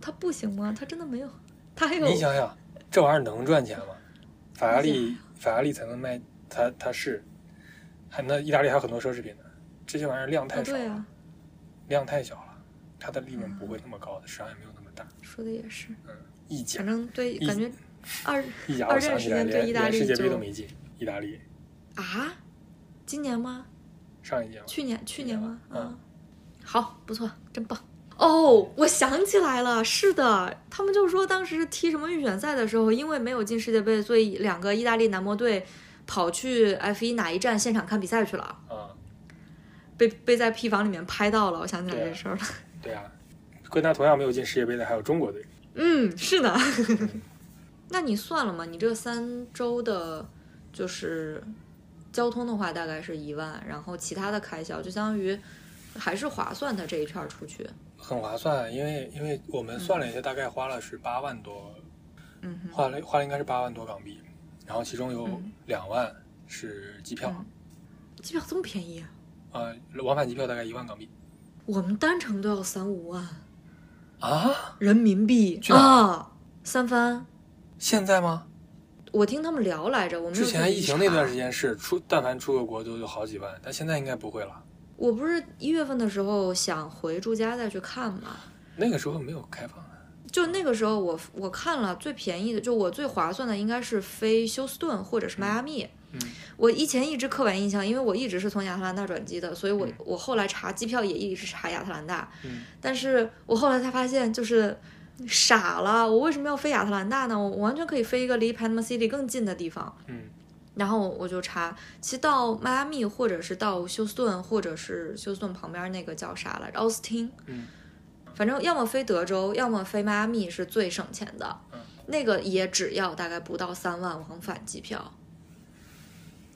Speaker 2: 它不行吗？它真的没有，它还有哦
Speaker 1: 你想想，这玩意儿能赚钱吗？法拉利，法拉利才能卖，它它是，还那意大利还有很多奢侈品呢，这些玩意儿量
Speaker 2: 哦
Speaker 1: 太少了，
Speaker 2: 对啊，嗯
Speaker 1: 量太小了，它的利润不会那么高的，市场也没有那么大。
Speaker 2: 说的也是，
Speaker 1: 意甲
Speaker 2: 反，正对，
Speaker 1: 意
Speaker 2: 感觉二
Speaker 1: 意甲，
Speaker 2: 二
Speaker 1: 我
Speaker 2: 战
Speaker 1: 想
Speaker 2: 时
Speaker 1: 起来
Speaker 2: 间对
Speaker 1: 连
Speaker 2: 意大
Speaker 1: 连
Speaker 2: 利
Speaker 1: 世界杯
Speaker 2: 就
Speaker 1: 都没进，意大利
Speaker 2: 啊，今年吗？
Speaker 1: 上一届嘛
Speaker 2: 去年去年吗？
Speaker 1: 嗯
Speaker 2: 啊，好，不错，真棒。哦，我想起来了，是的，他们就说当时踢什么预选赛的时候，因为没有进世界杯，所以两个意大利男模队跑去 F 一哪一站现场看比赛去了，
Speaker 1: 啊，
Speaker 2: 被被在 P 房里面拍到了。我想起来
Speaker 1: 对啊
Speaker 2: 这事儿了。
Speaker 1: 对啊，跟他同样没有进世界杯的还有中国队， *laughs*
Speaker 2: 嗯，是的。
Speaker 1: 嗯
Speaker 2: 那你算了吗？你这三周的，就是交通的话，大概是一万，然后其他的开销就相当于还是划算的这一圈儿出去。
Speaker 1: 很划算，啊因为因为我们算了一下，大概花了是八万多
Speaker 2: 嗯哼。
Speaker 1: 花了花了应该是八万多港币，然后其中有
Speaker 2: 嗯
Speaker 1: 两万是机票，
Speaker 2: 嗯机票这么便宜、啊，
Speaker 1: 啊、往返机票大概一万港币
Speaker 2: 我们单程都要三五万
Speaker 1: 啊？
Speaker 2: 人民币
Speaker 1: 去哪儿
Speaker 2: 啊！三番，
Speaker 1: 现在吗？
Speaker 2: 我听他们聊来着，我没有
Speaker 1: 之前
Speaker 2: 具体
Speaker 1: 疫情那段
Speaker 2: 查
Speaker 1: 时，间是出，但凡出个国都有好几万，但现在应该不会了。
Speaker 2: 我不是一月份的时候想回住家再去看嘛，
Speaker 1: 那个时候没有开放，啊
Speaker 2: 就那个时候我我看了最便宜的，就我最划算的应该是飞休斯顿或者是迈阿密。
Speaker 1: 嗯，
Speaker 2: 我以前一直刻板印象，因为我一直是从亚特兰大转机的，所以我、
Speaker 1: 嗯
Speaker 2: 我后来查机票也一直是查亚特兰大。
Speaker 1: 嗯，
Speaker 2: 但是我后来才发现，就是傻了，我为什么要飞亚特兰大呢？我我完全可以飞一个离 Panama City 更近的地方。
Speaker 1: 嗯，
Speaker 2: 然后我就查，其实到迈阿密，或者是到休斯顿，或者是休斯顿旁边那个叫啥来着，奥斯汀，
Speaker 1: 嗯，
Speaker 2: 反正要么飞德州，要么飞迈阿密是最省钱的，
Speaker 1: 嗯
Speaker 2: 那个也只要大概不到三万往返机票。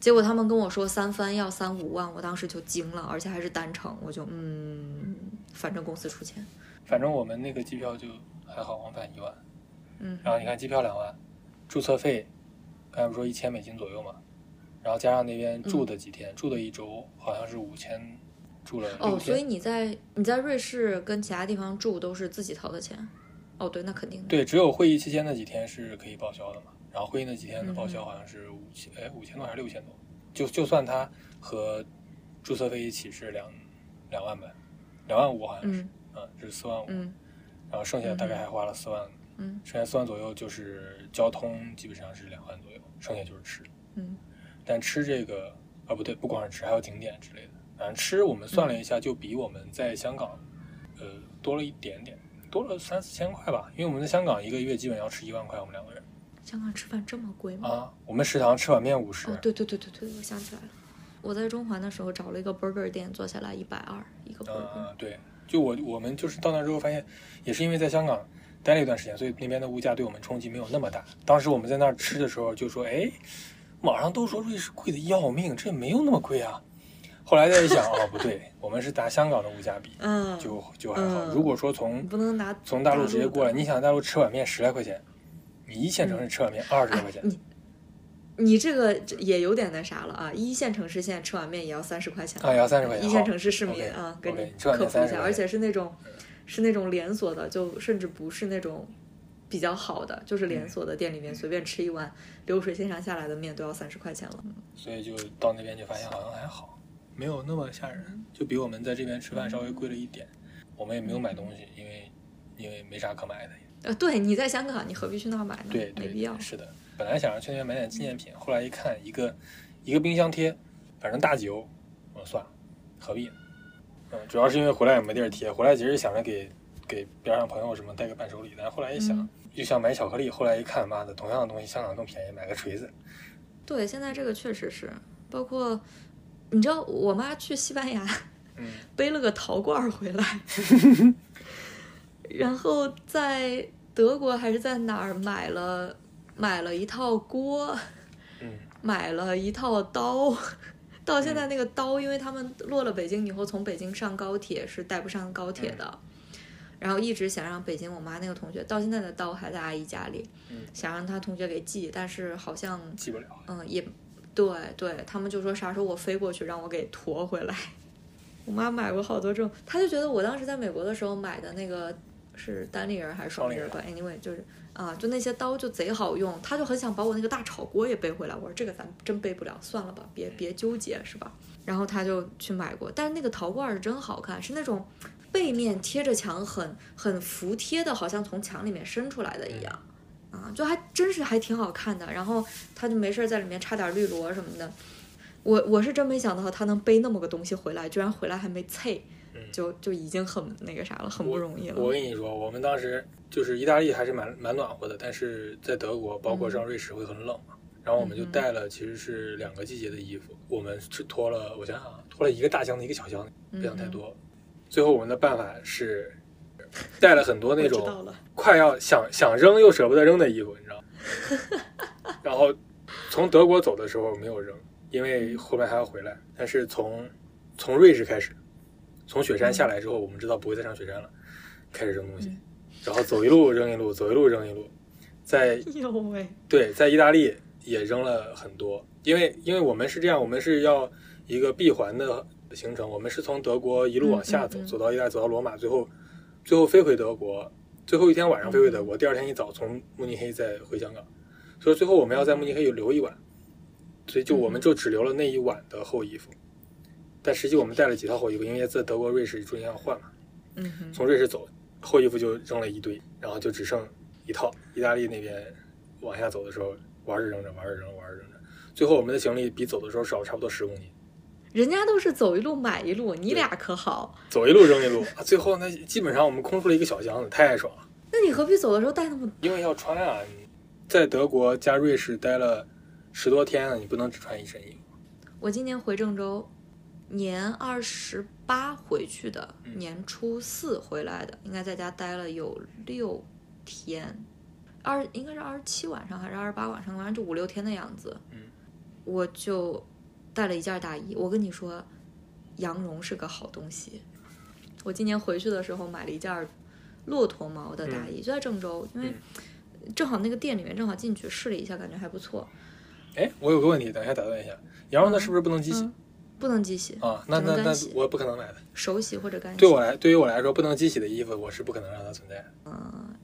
Speaker 2: 结果他们跟我说三番要三五万，我当时就惊了，而且还是单程，我就嗯，反正公司出钱，
Speaker 1: 反正我们那个机票就还好，往返一万。
Speaker 2: 嗯
Speaker 1: 然后你看机票两万，注册费，刚才不是说一
Speaker 2: 嗯
Speaker 1: 千美金左右嘛，然后加上那边住的几天，住的一周好像是五千住了六
Speaker 2: 哦，所以
Speaker 1: 天。
Speaker 2: 你在你在瑞士跟其他地方住都是自己掏的钱？哦，对，那肯定的。
Speaker 1: 对，只有会议期间那几天是可以报销的嘛。然后会议那几天的报
Speaker 2: 嗯
Speaker 1: 销好像是五千，哎，五千多还是六千多？就就算它和注册费一起是两两万吧，两万五好像是，
Speaker 2: 嗯
Speaker 1: 嗯，是四万五。
Speaker 2: 嗯
Speaker 1: 然后剩下大概还花了四万，
Speaker 2: 嗯
Speaker 1: 剩下四万左右就是交通，基本上是两万左右，剩下就是吃。
Speaker 2: 嗯
Speaker 1: 但吃这个啊，不对，不光是吃，还有景点之类的。反正吃我们算了一下，就比我们在香港，呃，多了一点点，多了三四千块吧。因为我们在香港一个月基本要吃一万块，我们两个人
Speaker 2: 香港吃饭这么贵吗？
Speaker 1: 啊，我们食堂吃碗面五十
Speaker 2: 哦，，对对对对对，我想起来了。我在中环的时候找了一个 burger 店，坐下来一百二一个 burger。
Speaker 1: 嗯，对，就我我们就是到那之后发现，也是因为在香港待了一段时间，所以那边的物价对我们冲击没有那么大。当时我们在那儿吃的时候就说，哎，网上都说瑞士贵的要命，这没有那么贵啊。后来再一想，哦，不对，我们是拿香港的物价比，
Speaker 2: 嗯，
Speaker 1: 就就还好。
Speaker 2: 嗯
Speaker 1: 如果说
Speaker 2: 你
Speaker 1: 从
Speaker 2: 不能拿
Speaker 1: 从大陆直接过来，
Speaker 2: 的
Speaker 1: 你想大陆吃碗面十来块钱，你一线城市吃碗面二十来块钱，
Speaker 2: 嗯啊你你这个这也有点那啥了啊！一线城市现在吃碗面也要三十块钱了
Speaker 1: 啊，也要三十块钱。
Speaker 2: 一线
Speaker 1: 好
Speaker 2: 城市市民
Speaker 1: OK，
Speaker 2: 啊，给
Speaker 1: OK，
Speaker 2: 你
Speaker 1: 你吃碗
Speaker 2: 科
Speaker 1: 面
Speaker 2: 普一
Speaker 1: 三十
Speaker 2: 下，
Speaker 1: 块
Speaker 2: 而
Speaker 1: 钱。
Speaker 2: 且是那种是那种连锁的，就甚至不是那种比较好的，就是
Speaker 1: 嗯
Speaker 2: 连锁的店里面随便吃一碗流水线上下来的面都要三十块钱了。
Speaker 1: 所以就到那边就发现好像还好，没有那么吓人，就比我们在这边吃饭稍微贵了一点。我们也没有买东西，因为因为没啥可买的。
Speaker 2: 呃，对，你在香港，你何必去那儿买呢？
Speaker 1: 对
Speaker 2: 没
Speaker 1: 对
Speaker 2: 必要
Speaker 1: 对，。是的。本来想着去那边买点纪念品，后来一看一个一个冰箱贴，反正大几欧，我说算了，何必呢？嗯，主要是因为回来也没地儿贴，回来其实想着给给边上朋友什么带个伴手礼，但是后来一想、
Speaker 2: 嗯
Speaker 1: 又想买巧克力，后来一看，妈的，同样的东西香港更便宜，买个锤子。
Speaker 2: 对，现在这个确实是，包括你知道，我妈去西班牙
Speaker 1: 嗯
Speaker 2: 背了个陶罐儿回
Speaker 1: *laughs*
Speaker 2: 来，然后在德国还是在哪儿买了买了一套锅，
Speaker 1: 嗯，
Speaker 2: 买了一套刀。 *laughs* 到现在那个刀，因为他们落了北京以后，从北京上高铁是带不上高铁的，然后一直想让北京我妈那个同学，到现在的刀还在阿姨家里，
Speaker 1: 嗯
Speaker 2: 想让她同学给寄，但是好像
Speaker 1: 记不了。
Speaker 2: 嗯，也对对，他们就说啥时候我飞过去，让我给驮回来。 *laughs* 我妈买过好多这种，她就觉得我当时在美国的时候买的那个是单立人还是双立人吧？Anyway，就是啊，就那些刀就贼好用，她就很想把我那个大炒锅也背回来。我说这个咱真背不了，算了吧，别别纠结是吧？然后她就去买过，但是那个陶罐儿是真好看，是那种背面贴着墙很很服帖的，好像从墙里面伸出来的一样。
Speaker 1: 嗯
Speaker 2: 啊，就还真是还挺好看的。然后他就没事儿在里面插点绿萝什么的。我我是真没想到他能背那么个东西回来，居然回来还没脆
Speaker 1: 嗯，
Speaker 2: 就就已经很那个啥了，很不容易
Speaker 1: 我
Speaker 2: 了。
Speaker 1: 跟你说，我们当时就是意大利还是蛮蛮暖和的，但是在德国，包
Speaker 2: 嗯
Speaker 1: 括上瑞士会很冷嘛。然后我们就带了其实是两个季节的衣服，我们是拖了，我想想啊，拖了一个大箱子，一个小箱子，
Speaker 2: 嗯
Speaker 1: 不想太多。最后我们的办法是带了很多那
Speaker 2: 嗯我知道
Speaker 1: 种
Speaker 2: 了， *laughs*
Speaker 1: 快要想想扔又舍不得扔的衣服，你知道吗？ *laughs* 然后从德国走的时候没有扔，因为后面还要回来。但是从从瑞士开始，从雪山下来之后，我们知道不会再上雪山了，开始扔东西，
Speaker 2: 嗯
Speaker 1: 然后走一路扔一路，走一路扔一路，在
Speaker 2: 哟喂，
Speaker 1: 对，在意大利也扔了很多，因为因为我们是这样，我们是要一个闭环的行程，我们是从德国一路往下走，
Speaker 2: 嗯嗯嗯
Speaker 1: 走到意大利，走到罗马，最后最后飞回德国，最后一天晚上飞回德
Speaker 2: 嗯
Speaker 1: 国，第二天一早从慕尼黑再回香港，所以最后我们要在慕尼黑留一晚，所
Speaker 2: 嗯
Speaker 1: 以就我们就只留了那一晚的厚衣服，但实际我们带了几套厚衣服，因为在德国、瑞士中间要换嘛，
Speaker 2: 嗯哼，
Speaker 1: 从瑞士走，厚衣服就扔了一堆，然后就只剩一套。意大利那边往下走的时候，玩着扔着，玩着扔着，玩着扔着，最后我们的行李比走的时候少了差不多十公斤，
Speaker 2: 人家都是走一路买一路，你俩可好？
Speaker 1: 走一路扔一 *laughs* 路。啊最后那基本上我们空出了一个小箱子，太爽了，
Speaker 2: 那你何必走的时候带那么？
Speaker 1: 因为要穿啊。你在德国加瑞士待了十多天了，你不能只穿一身衣服。
Speaker 2: 我今年回郑州，年二十八回去的，年初四回来的，应该在家待了有六天，二应该是二十七晚上还是二十八晚上，反正就五六天的样子。
Speaker 1: 嗯，
Speaker 2: 我就带了一件大衣。我跟你说，羊绒是个好东西。我今年回去的时候买了一件骆驼毛的大衣，就在郑州，因为正好那个店里面正好进去试了一下，感觉还不错。
Speaker 1: 哎，我有个问题，等一下打断一下，羊绒的是不是不能机洗？
Speaker 2: 嗯，不能机洗，
Speaker 1: 啊，那那
Speaker 2: 只能
Speaker 1: 那
Speaker 2: 干洗
Speaker 1: 我不可能买的。
Speaker 2: 手洗或者干洗。
Speaker 1: 对我来，对于我来说，不能机洗的衣服，我是不可能让它存在的。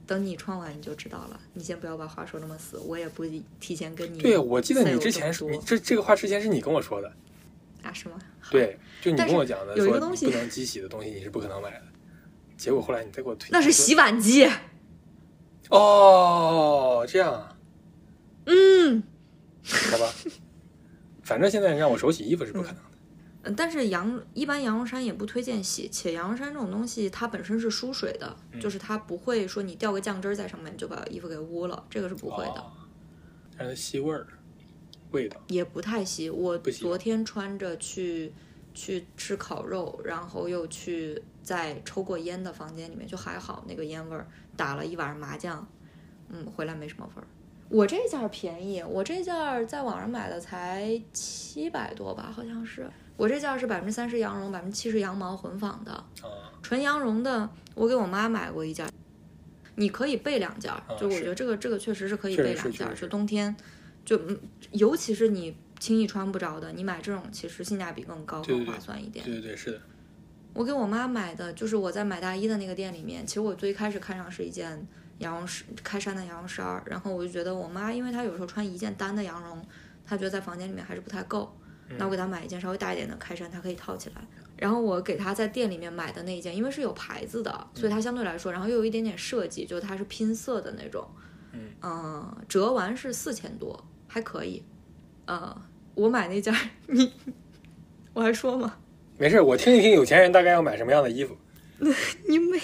Speaker 2: 等你穿完你就知道了。你先不要把话说那么死，我也不提前跟你。
Speaker 1: 对，我记得
Speaker 2: 塞
Speaker 1: 你
Speaker 2: 入
Speaker 1: 之
Speaker 2: 这
Speaker 1: 前
Speaker 2: 么
Speaker 1: 是
Speaker 2: 多
Speaker 1: 你这这个话之前是你跟我说的，
Speaker 2: 啊，是吗？好，
Speaker 1: 对，就你
Speaker 2: 但
Speaker 1: 跟
Speaker 2: 是
Speaker 1: 我讲的，
Speaker 2: 有一
Speaker 1: 说
Speaker 2: 个
Speaker 1: 你
Speaker 2: 东西
Speaker 1: 不能机洗的东西你是不可能买的。结果后来你再给我推，
Speaker 2: 那是洗碗机。
Speaker 1: 哦，这样啊，
Speaker 2: 嗯，
Speaker 1: 好吧。反正现在让我手洗衣服是不可能的。
Speaker 2: 呃但是羊一般羊绒衫也不推荐洗，且羊绒衫这种东西它本身是疏水的，
Speaker 1: 嗯
Speaker 2: 就是它不会说你掉个酱汁儿在上面就把衣服给污了，这个是不会的，
Speaker 1: 哦让它吸味儿、味道。
Speaker 2: 也不太洗。我
Speaker 1: 不洗
Speaker 2: 昨天穿着去去吃烤肉，然后又去在抽过烟的房间里面，就还好那个烟味儿，打了一晚上麻将，嗯，回来没什么味儿。我这件儿便宜，我这件儿在网上买的才七百多吧，好像是。我这件儿是百分之三十羊绒，百分之七十羊毛混纺的，
Speaker 1: 啊，
Speaker 2: 纯羊绒的。我给我妈买过一件儿，你可以备两件儿，就我
Speaker 1: 啊是
Speaker 2: 觉得这个这个确实是可以
Speaker 1: 确实
Speaker 2: 备
Speaker 1: 是
Speaker 2: 两
Speaker 1: 确
Speaker 2: 件儿，
Speaker 1: 实
Speaker 2: 就是冬天，就嗯尤其是你轻易穿不着的，你买这种其实性价比更高，
Speaker 1: 对
Speaker 2: 更
Speaker 1: 对
Speaker 2: 划
Speaker 1: 对
Speaker 2: 算一点。
Speaker 1: 对对对，是的。
Speaker 2: 我给我妈买的，就是我在买大衣的那个店里面，其实我最开始看上是一件羊绒衫，开衫的羊绒衫儿，然后我就觉得我妈，因为她有时候穿一件单的羊绒，她觉得在房间里面还是不太够，那我给她买一件稍微大一点的开衫，她可以套起来。然后我给她在店里面买的那一件，因为是有牌子的，所以它相对来说，然后又有一点点设计，就是它是拼色的那种，
Speaker 1: 嗯
Speaker 2: 呃折完是四千多，还可以。呃，我买那件儿，你 *laughs* 我还说吗？
Speaker 1: 没事，我听一听有钱人大概要买什么样的衣服。
Speaker 2: *laughs* 你没。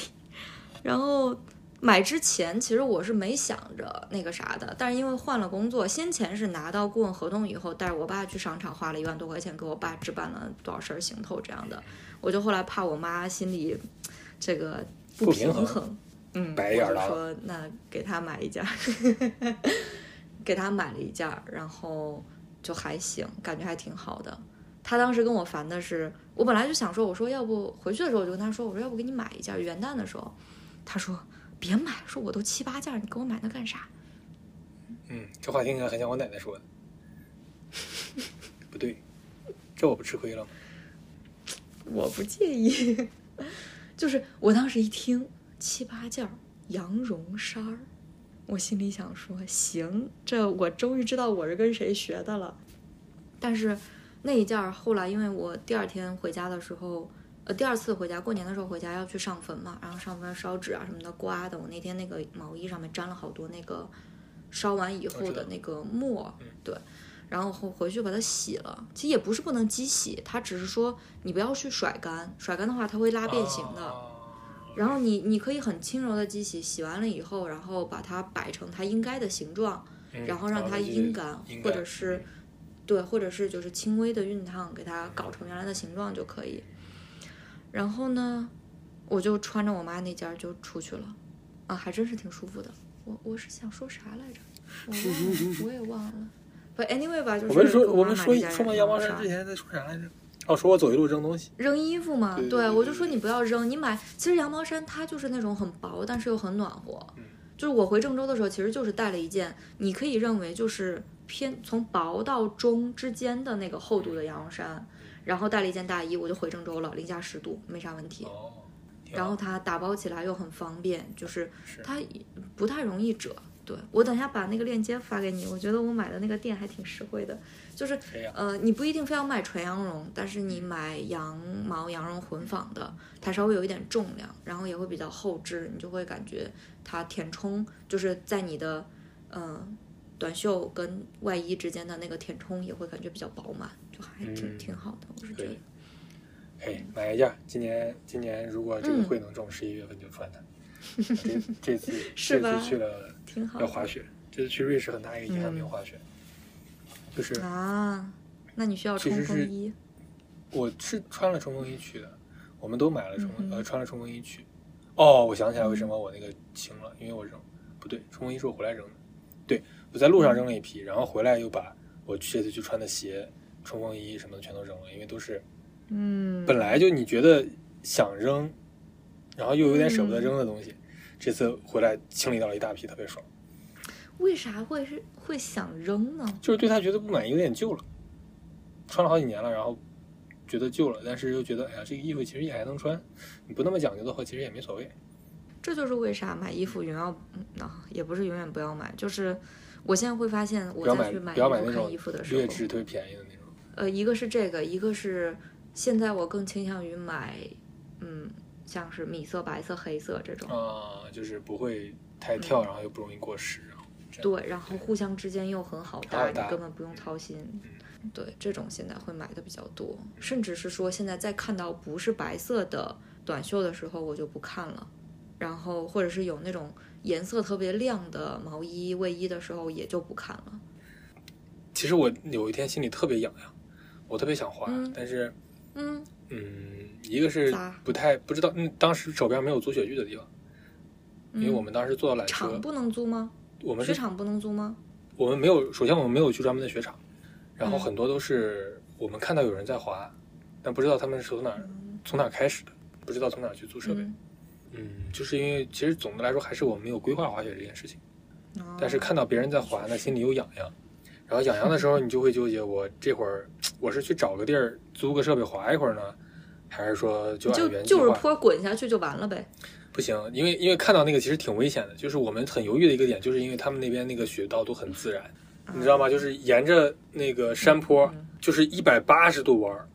Speaker 2: 然后买之前，其实我是没想着那个啥的，但是因为换了工作，先前是拿到顾问合同以后，带着我爸去商场花了一万多块钱，给我爸置办了多少身行头这样的，我就后来怕我妈心里这个
Speaker 1: 不平
Speaker 2: 平
Speaker 1: 衡
Speaker 2: 嗯，
Speaker 1: 白眼
Speaker 2: 我就
Speaker 1: 狼
Speaker 2: 说那给他买一件儿， *laughs* 给他买了一件儿，然后就还行，感觉还挺好的。他当时跟我烦的是，我本来就想说，我说要不回去的时候我就跟他说，我说要不给你买一件儿元旦的时候，他说别买，说我都七八件儿，你给我买那干啥？
Speaker 1: 嗯，这话听起来很像我奶奶说的。 *laughs* 不对，这我不吃亏了吗？
Speaker 2: 我不介意， *laughs* 就是我当时一听七八件儿羊绒衫儿，我心里想说，行，这我终于知道我是跟谁学的了。但是那一件儿后来，因为我第二天回家的时候，呃，第二次回家过年的时候回家要去上坟嘛，然后上坟烧纸啊什么的刮的，我那天那个毛衣上面沾了好多那个烧完以后
Speaker 1: 知道
Speaker 2: 的那个沫，对。然后回回去把它洗了，其实也不是不能机洗，它只是说你不要去甩干，甩干的话它会拉变形的。
Speaker 1: 啊哦
Speaker 2: 然后你你可以很轻柔的机洗，洗完了以后，然后把它摆成它应该的形状，
Speaker 1: 嗯
Speaker 2: 然后让它阴干，或者是对，或者是就是轻微的熨烫，给它搞成原来的形状就可以。然后呢，我就穿着我妈那件儿就出去了，啊，还真是挺舒服的。我我是想说啥来着？我忘
Speaker 1: *laughs*
Speaker 2: 了，我也忘了。不，anyway 吧，就是
Speaker 1: 我们说
Speaker 2: 给
Speaker 1: 我
Speaker 2: 妈
Speaker 1: 们
Speaker 2: 买
Speaker 1: 说
Speaker 2: 那件
Speaker 1: 说完
Speaker 2: 儿
Speaker 1: 羊毛
Speaker 2: 啥
Speaker 1: 衫之前在说啥来着？哦，说我走一路扔东西。
Speaker 2: 扔衣服嘛，
Speaker 1: 对对对
Speaker 2: 我就
Speaker 1: 对
Speaker 2: 说你不要扔，你买其实羊毛衫它就是那种很薄，但是又很暖和。
Speaker 1: 嗯
Speaker 2: 就是我回郑州的时候，其实就是带了一件，你可以认为就是偏从薄到中之间的那个厚度的羊绒衫，然后带了一件大衣，我就回郑州了，零下十度没啥问题。
Speaker 1: 哦，挺好
Speaker 2: 然后它打包起来又很方便，就是
Speaker 1: 是
Speaker 2: 它不太容易折。对我等一下把那个链接发给你，我觉得我买的那个店还挺实惠的，就是
Speaker 1: 这样
Speaker 2: 呃，你不一定非要买纯羊绒，但是你买羊毛、羊绒混纺的，它稍微有一点重量，然后也会比较厚质，你就会感觉它填充就是在你的呃短袖跟外衣之间的那个填充也会感觉比较饱满，就还挺、
Speaker 1: 嗯
Speaker 2: 挺好的，我是
Speaker 1: 可
Speaker 2: 觉
Speaker 1: 以
Speaker 2: 得。
Speaker 1: 可以哎买一件儿。今年今年如果这个
Speaker 2: 嗯
Speaker 1: 会能中，十一月份就穿它。这这次
Speaker 2: *laughs*
Speaker 1: 这
Speaker 2: 是吧
Speaker 1: 次去了
Speaker 2: 挺好嗯
Speaker 1: 要滑雪，这次去瑞士很大一个遗憾没有滑雪，就是
Speaker 2: 啊。那你需要
Speaker 1: 其
Speaker 2: 冲
Speaker 1: 实
Speaker 2: 锋
Speaker 1: 是
Speaker 2: 衣，
Speaker 1: 我是穿了冲锋衣去的，我们都买了冲锋、
Speaker 2: 嗯
Speaker 1: 呃穿了冲锋衣去。哦，我想起来为什么我那个轻了，因为我扔不对，冲锋衣是我回来扔的。对，我在路上扔了一
Speaker 2: 嗯
Speaker 1: 批，然后回来又把我这次去穿的鞋、冲锋衣什么的全都扔了，因为都是
Speaker 2: 嗯，
Speaker 1: 本来就你觉得想扔，然后又有点舍不
Speaker 2: 嗯
Speaker 1: 得扔的东西，这次回来清理到了一大批，特别爽。
Speaker 2: 为啥会是会想扔呢？
Speaker 1: 就是对他觉得不满意，有点旧了，穿了好几年了，然后觉得旧了，但是又觉得哎呀，这个衣服其实也还能穿，你不那么讲究的话，其实也没所谓。
Speaker 2: 这就是为啥买衣服永远嗯啊，也不是永远不要买，就是我现在会发现，我
Speaker 1: 不要
Speaker 2: 再
Speaker 1: 买
Speaker 2: 去买
Speaker 1: 不要买
Speaker 2: 衣服
Speaker 1: 那
Speaker 2: 看
Speaker 1: 种
Speaker 2: 衣服的时
Speaker 1: 劣
Speaker 2: 候，
Speaker 1: 质特别便宜的那种。
Speaker 2: 呃，一个是这个，一个是现在我更倾向于买，嗯，像是米色、白色、黑色这种。
Speaker 1: 啊、就是不会太跳，然后又不容易过时，然后这样
Speaker 2: 对，然后互相之间又很好
Speaker 1: 好
Speaker 2: 搭，你
Speaker 1: 搭
Speaker 2: 根本不用操心。对，这种现在会买的比较多，甚至是说现在再看到不是白色的短袖的时候，我就不看了。然后或者是有那种颜色特别亮的毛衣、卫衣的时候，也就不看了。
Speaker 1: 其实我有一天心里特别痒痒，我特别想花，
Speaker 2: 嗯
Speaker 1: 但是
Speaker 2: 嗯，
Speaker 1: 嗯，一个是
Speaker 2: 咋
Speaker 1: 不太不知道，嗯，当时手边没有租雪具的地方，因为我们当时坐缆
Speaker 2: 厂
Speaker 1: 车，
Speaker 2: 嗯不能租吗？
Speaker 1: 我们
Speaker 2: 雪
Speaker 1: 是
Speaker 2: 场不能租吗？
Speaker 1: 我们没有，首先我们没有去专门的雪场，然后
Speaker 2: 嗯
Speaker 1: 很多都是我们看到有人在滑，但不知道他们是从哪儿从哪儿开始的，不知道从哪儿去租设备。
Speaker 2: 嗯，
Speaker 1: 嗯，就是因为其实总的来说还是我们没有规划滑雪这件事情。
Speaker 2: 哦
Speaker 1: 但是看到别人在滑呢，心里又痒痒，然后痒痒的时候，你就会纠结：我这会儿我是去找个地儿租个设备滑一会儿呢，还是说就按
Speaker 2: 就
Speaker 1: 原计划？
Speaker 2: 就是坡滚下去就完了呗。
Speaker 1: 不行，因为因为看到那个其实挺危险的，就是我们很犹豫的一个点，就是因为他们那边那个雪道都很自然，你知道
Speaker 2: 啊
Speaker 1: 吗？就是沿着那个山坡，
Speaker 2: 嗯
Speaker 1: 就是一百八十度弯儿，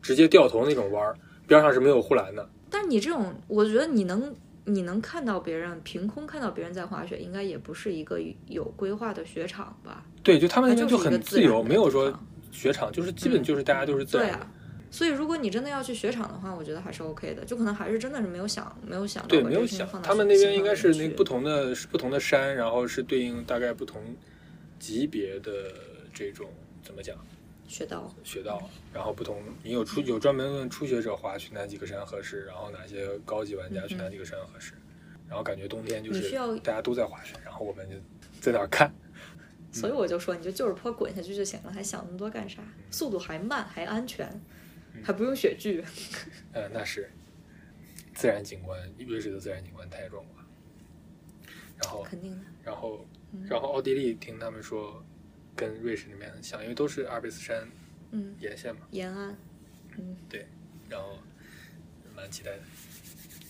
Speaker 1: 直接掉头那种弯儿，边上是没有护栏的。
Speaker 2: 但你这种，我觉得你能你能看到别人凭空看到别人在滑雪，应该也不是一个有规划的雪场吧？
Speaker 1: 对，就他们那边
Speaker 2: 它就是一
Speaker 1: 很
Speaker 2: 个
Speaker 1: 自
Speaker 2: 然的
Speaker 1: 由，没有
Speaker 2: 地
Speaker 1: 说
Speaker 2: 方嗯
Speaker 1: 雪场，就是基本就是大家都是自
Speaker 2: 对
Speaker 1: 然的。
Speaker 2: 啊。所以，如果你真的要去雪场的话，我觉得还是 OK 的，就可能还是真的是没有想没有想到
Speaker 1: 对，
Speaker 2: 把
Speaker 1: 没
Speaker 2: 这
Speaker 1: 有
Speaker 2: 个事情
Speaker 1: 想
Speaker 2: 放，到
Speaker 1: 他们那边
Speaker 2: 行
Speaker 1: 应该
Speaker 2: 程
Speaker 1: 是
Speaker 2: 里
Speaker 1: 那
Speaker 2: 去
Speaker 1: 不同的是不同的山，然后是对应大概不同级别的这种怎么讲
Speaker 2: 雪道，
Speaker 1: 雪道，然后不同你有初有专门问初学者滑去哪几个山合适，然后哪些高级玩家去哪几个山合适，然后感觉冬天就
Speaker 2: 嗯你
Speaker 1: 是
Speaker 2: 需要
Speaker 1: 大家都在滑雪，然后我们就在那儿看，
Speaker 2: 所以我就说，你就就是坡滚下去就行了，还想那么多干啥？速度还慢，还安全，还不用雪具。
Speaker 1: 呃，那是自然景观，瑞士的自然景观太壮观了，然后
Speaker 2: 肯定的，
Speaker 1: 然后，
Speaker 2: 嗯
Speaker 1: 然后奥地利听他们说，跟瑞士那边很像，因为都是阿尔卑斯山
Speaker 2: 嗯，
Speaker 1: 沿线嘛。
Speaker 2: 延安，嗯，
Speaker 1: 然后，蛮期待的。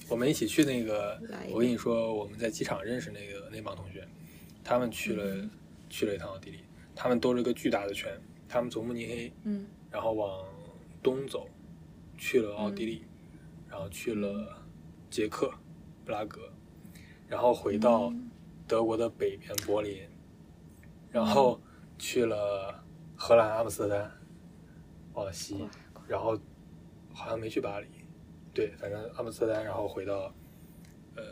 Speaker 1: 我们一起去那个，
Speaker 2: 来一
Speaker 1: 我
Speaker 2: 个
Speaker 1: 跟你说，我们在机场认识那个那帮同学，他们去了、去了一趟奥地利，他们兜了一个巨大的圈，他们从慕尼黑，
Speaker 2: 嗯，
Speaker 1: 然后往东走，去了奥地利，然后去了捷克布拉格，然后回
Speaker 2: 嗯
Speaker 1: 到德国的北边柏林，然后去了荷兰阿姆斯特丹，往西
Speaker 2: 哇，
Speaker 1: 然后好像没去巴黎，对，反正阿姆斯特丹，然后回到呃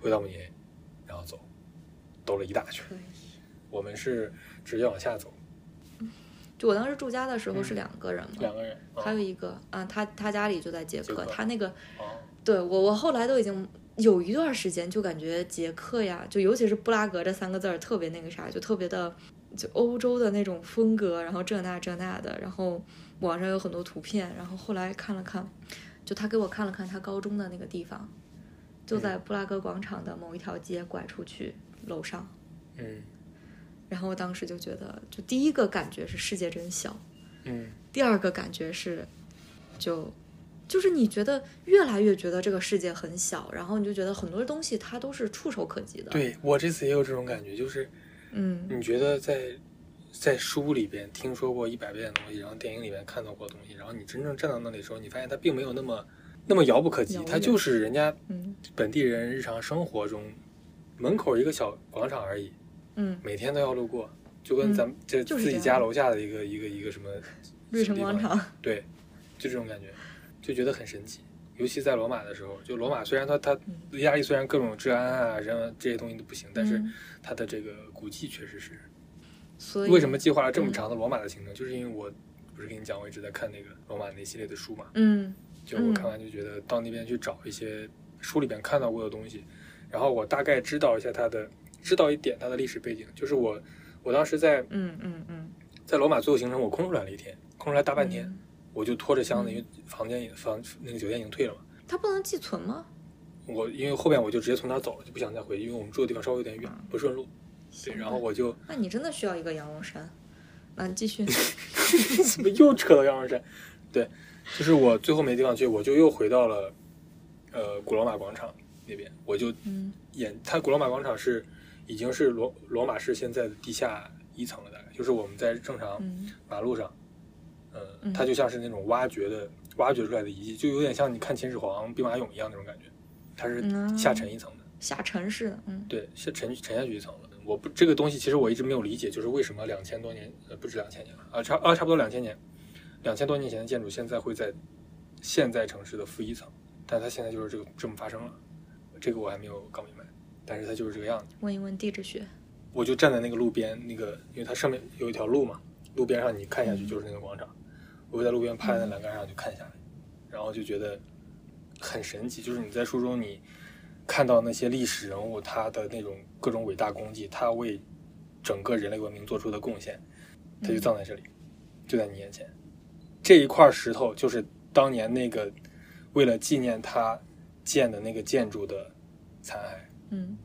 Speaker 1: 回到慕尼黑，然后走，兜了一大圈。
Speaker 2: 可以。
Speaker 1: 我们是直接往下走，
Speaker 2: 就我当时住家的时候是两个人嘛，
Speaker 1: 两个人，啊
Speaker 2: 还有一个啊，他他家里就在捷
Speaker 1: 捷克
Speaker 2: 克，他那个
Speaker 1: 哦
Speaker 2: 对我我后来都已经有一段时间就感觉捷克呀，就尤其是布拉格这三个字儿特别那个啥，就特别的就欧洲的那种风格，然后这那这那的，然后网上有很多图片，然后后来看了看，就他给我看了看他高中的那个地方，就在布拉格广场的某一条街拐出去楼上，
Speaker 1: 嗯
Speaker 2: 然后我当时就觉得，就第一个感觉是世界真小。
Speaker 1: 嗯，
Speaker 2: 第二个感觉是，就就是你觉得越来越觉得这个世界很小，然后你就觉得很多东西它都是触手可及的。，
Speaker 1: 对我这次也有这种感觉，就是
Speaker 2: 嗯，
Speaker 1: 你觉得在在书里边听说过一百遍的东西，然后电影里边看到过的东西，然后你真正站到那里的时候，你发现它并没有那么那么遥不可及
Speaker 2: 遥，远
Speaker 1: 它就是人家
Speaker 2: 嗯
Speaker 1: 本地人日常生活中门口一个小广场而已，
Speaker 2: 嗯，
Speaker 1: 每天都要路过，就跟
Speaker 2: 嗯
Speaker 1: 咱们这
Speaker 2: 就是
Speaker 1: 自己
Speaker 2: 这
Speaker 1: 家
Speaker 2: 样
Speaker 1: 楼下的一个一个一个什么
Speaker 2: 绿
Speaker 1: 什么
Speaker 2: 城
Speaker 1: 地方
Speaker 2: 广场，
Speaker 1: 对，就这种感觉，就觉得很神奇。尤其在罗马的时候，就罗马虽然它它意大利虽然各种治安啊什么这些东西都不行，但是
Speaker 2: 嗯
Speaker 1: 它的这个古迹确实是。
Speaker 2: 所以嗯
Speaker 1: 为什么？计划了这么长的罗马的行程？就是因为我不是跟你讲，我一直在看那个罗马那系列的书嘛，
Speaker 2: 嗯
Speaker 1: 就我
Speaker 2: 嗯
Speaker 1: 看完就觉得到那边去找一些书里边看到过的东西，然后我大概知道一下它的，知道一点它的历史背景。就是我我当时在
Speaker 2: 嗯嗯嗯，
Speaker 1: 在罗马最后行程，我空出来了一天，空出来大半天，
Speaker 2: 嗯
Speaker 1: 我就拖着箱子，因为房间也房那个酒店已经退了嘛。
Speaker 2: 它不能寄存吗？
Speaker 1: 我因为后面我就直接从那儿走了，就不想再回去，因为我们住的地方稍微有点远，不顺路。对，
Speaker 2: 嗯行
Speaker 1: 然后
Speaker 2: 吧
Speaker 1: 我就
Speaker 2: 那你真的
Speaker 1: *laughs*
Speaker 2: 需要一个羊绒衫。啊，继续。
Speaker 1: 怎么又扯到羊绒衫？对，就是我最后没地方去，我就又回到了呃古罗马广场那边，我就
Speaker 2: 嗯
Speaker 1: 演它古罗马广场是已经是罗罗马市现在的地下一层了，大概就是我们在正常
Speaker 2: 嗯
Speaker 1: 马路上，呃，
Speaker 2: 嗯
Speaker 1: 它就像是那种挖掘的挖掘出来的遗迹，就有点像你看秦始皇兵马俑一样那种感觉，它是
Speaker 2: 嗯
Speaker 1: 下沉一层的，
Speaker 2: 下沉式的，嗯
Speaker 1: 对，下沉沉下去一层了。我不这个东西其实我一直没有理解，就是为什么两千多年呃不止两千年了啊差啊差不多两千年，两千多年前的建筑现在会在现在城市的负一层，但它现在就是这个这么发生了，这个我还没有搞明白，但是它就是这个样子。
Speaker 2: 问一问地质学，
Speaker 1: 我就站在那个路边，那个因为它上面有一条路嘛，路边上你看下去就是那个广场，我就在路边趴在栏杆上就看下来，然后就觉得很神奇，就是你在书中你看到那些历史人物他的那种各种伟大功绩，他为整个人类文明做出的贡献，他就葬在这里，就在你眼前。这一块石头就是当年那个为了纪念他建的那个建筑的残骸。
Speaker 2: 嗯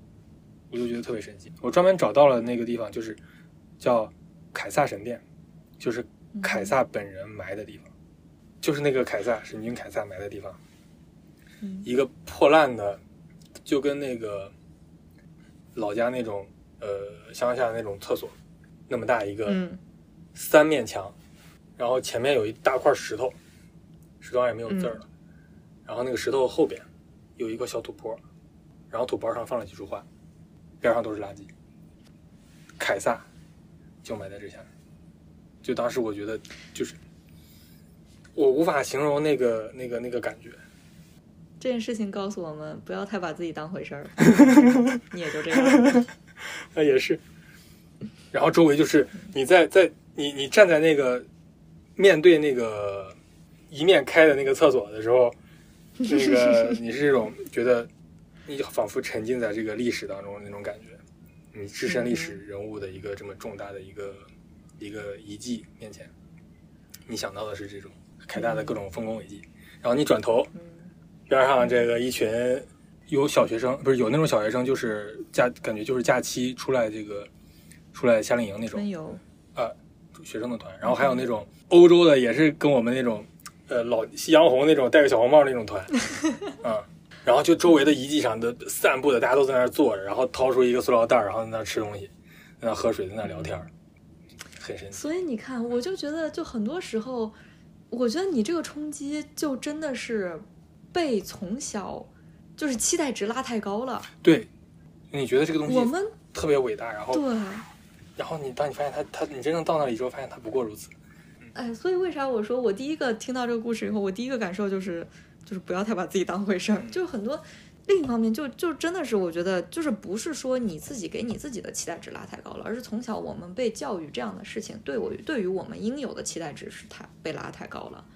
Speaker 1: 我就觉得特别神奇。我专门找到了那个地方，就是叫凯撒神殿，就是凯撒本人埋的地方，就是那个凯撒神君凯撒埋的地方，
Speaker 2: 嗯
Speaker 1: 一个破烂的，就跟那个老家那种呃乡下那种厕所那么大一个
Speaker 2: 嗯
Speaker 1: 三面墙，然后前面有一大块石头，石头上也没有字儿了，然后那个石头后边有一个小土坡，然后土坡上放了几束花，边上都是垃圾。凯撒就埋在这下面，就当时我觉得就是我无法形容那个那个那个感觉，
Speaker 2: 这件事情告诉我们，不要太把自己当回
Speaker 1: *laughs*
Speaker 2: 事儿， *laughs* 你也就这样。
Speaker 1: 那哎也是。然后周围就是你在在你你站在那个面对那个一面开的那个厕所的时候，那个你是这种觉得你仿佛沉浸在这个历史当中的那种感觉，你置身历史人物的一个这么重大的一个一个遗迹面前，你想到的是这种凯撒的各种丰功伟绩，然后你转头
Speaker 2: 嗯
Speaker 1: 边上这个一群有小学生，不是有那种小学生，就是假感觉就是假期出来这个出来夏令营那
Speaker 2: 春
Speaker 1: 种
Speaker 2: 游，
Speaker 1: 学生的团，然后还有那种欧洲的，也是跟我们那种呃老杨红那种戴个小红帽那种
Speaker 2: *laughs*
Speaker 1: 团，嗯，然后就周围的遗迹上的散步的，大家都在那儿坐着，然后掏出一个塑料袋儿，然后在那儿吃东西，在那儿喝水，在那儿聊天儿，很神奇。
Speaker 2: 所以你看，我就觉得，就很多时候，我觉得你这个冲击就真的是被从小就是期待值拉太高了。
Speaker 1: 对，你觉得这个东
Speaker 2: 我
Speaker 1: 西
Speaker 2: 们
Speaker 1: 特别伟大，然后
Speaker 2: 对，
Speaker 1: 然后你当你发现它它你真正到那里之后，发现它不过如此。
Speaker 2: 哎，所以为啥我说我第一个听到这个故事以后，我第一个感受就是，就是不要太把自己当回事儿，就是很多。另一方面就，就真的是我觉得，就是不是说你自己给你自己的期待值拉太高了，而是从小我们被教育这样的事情，对我对于我们应有的期待值是太被拉太高了。
Speaker 1: 嗯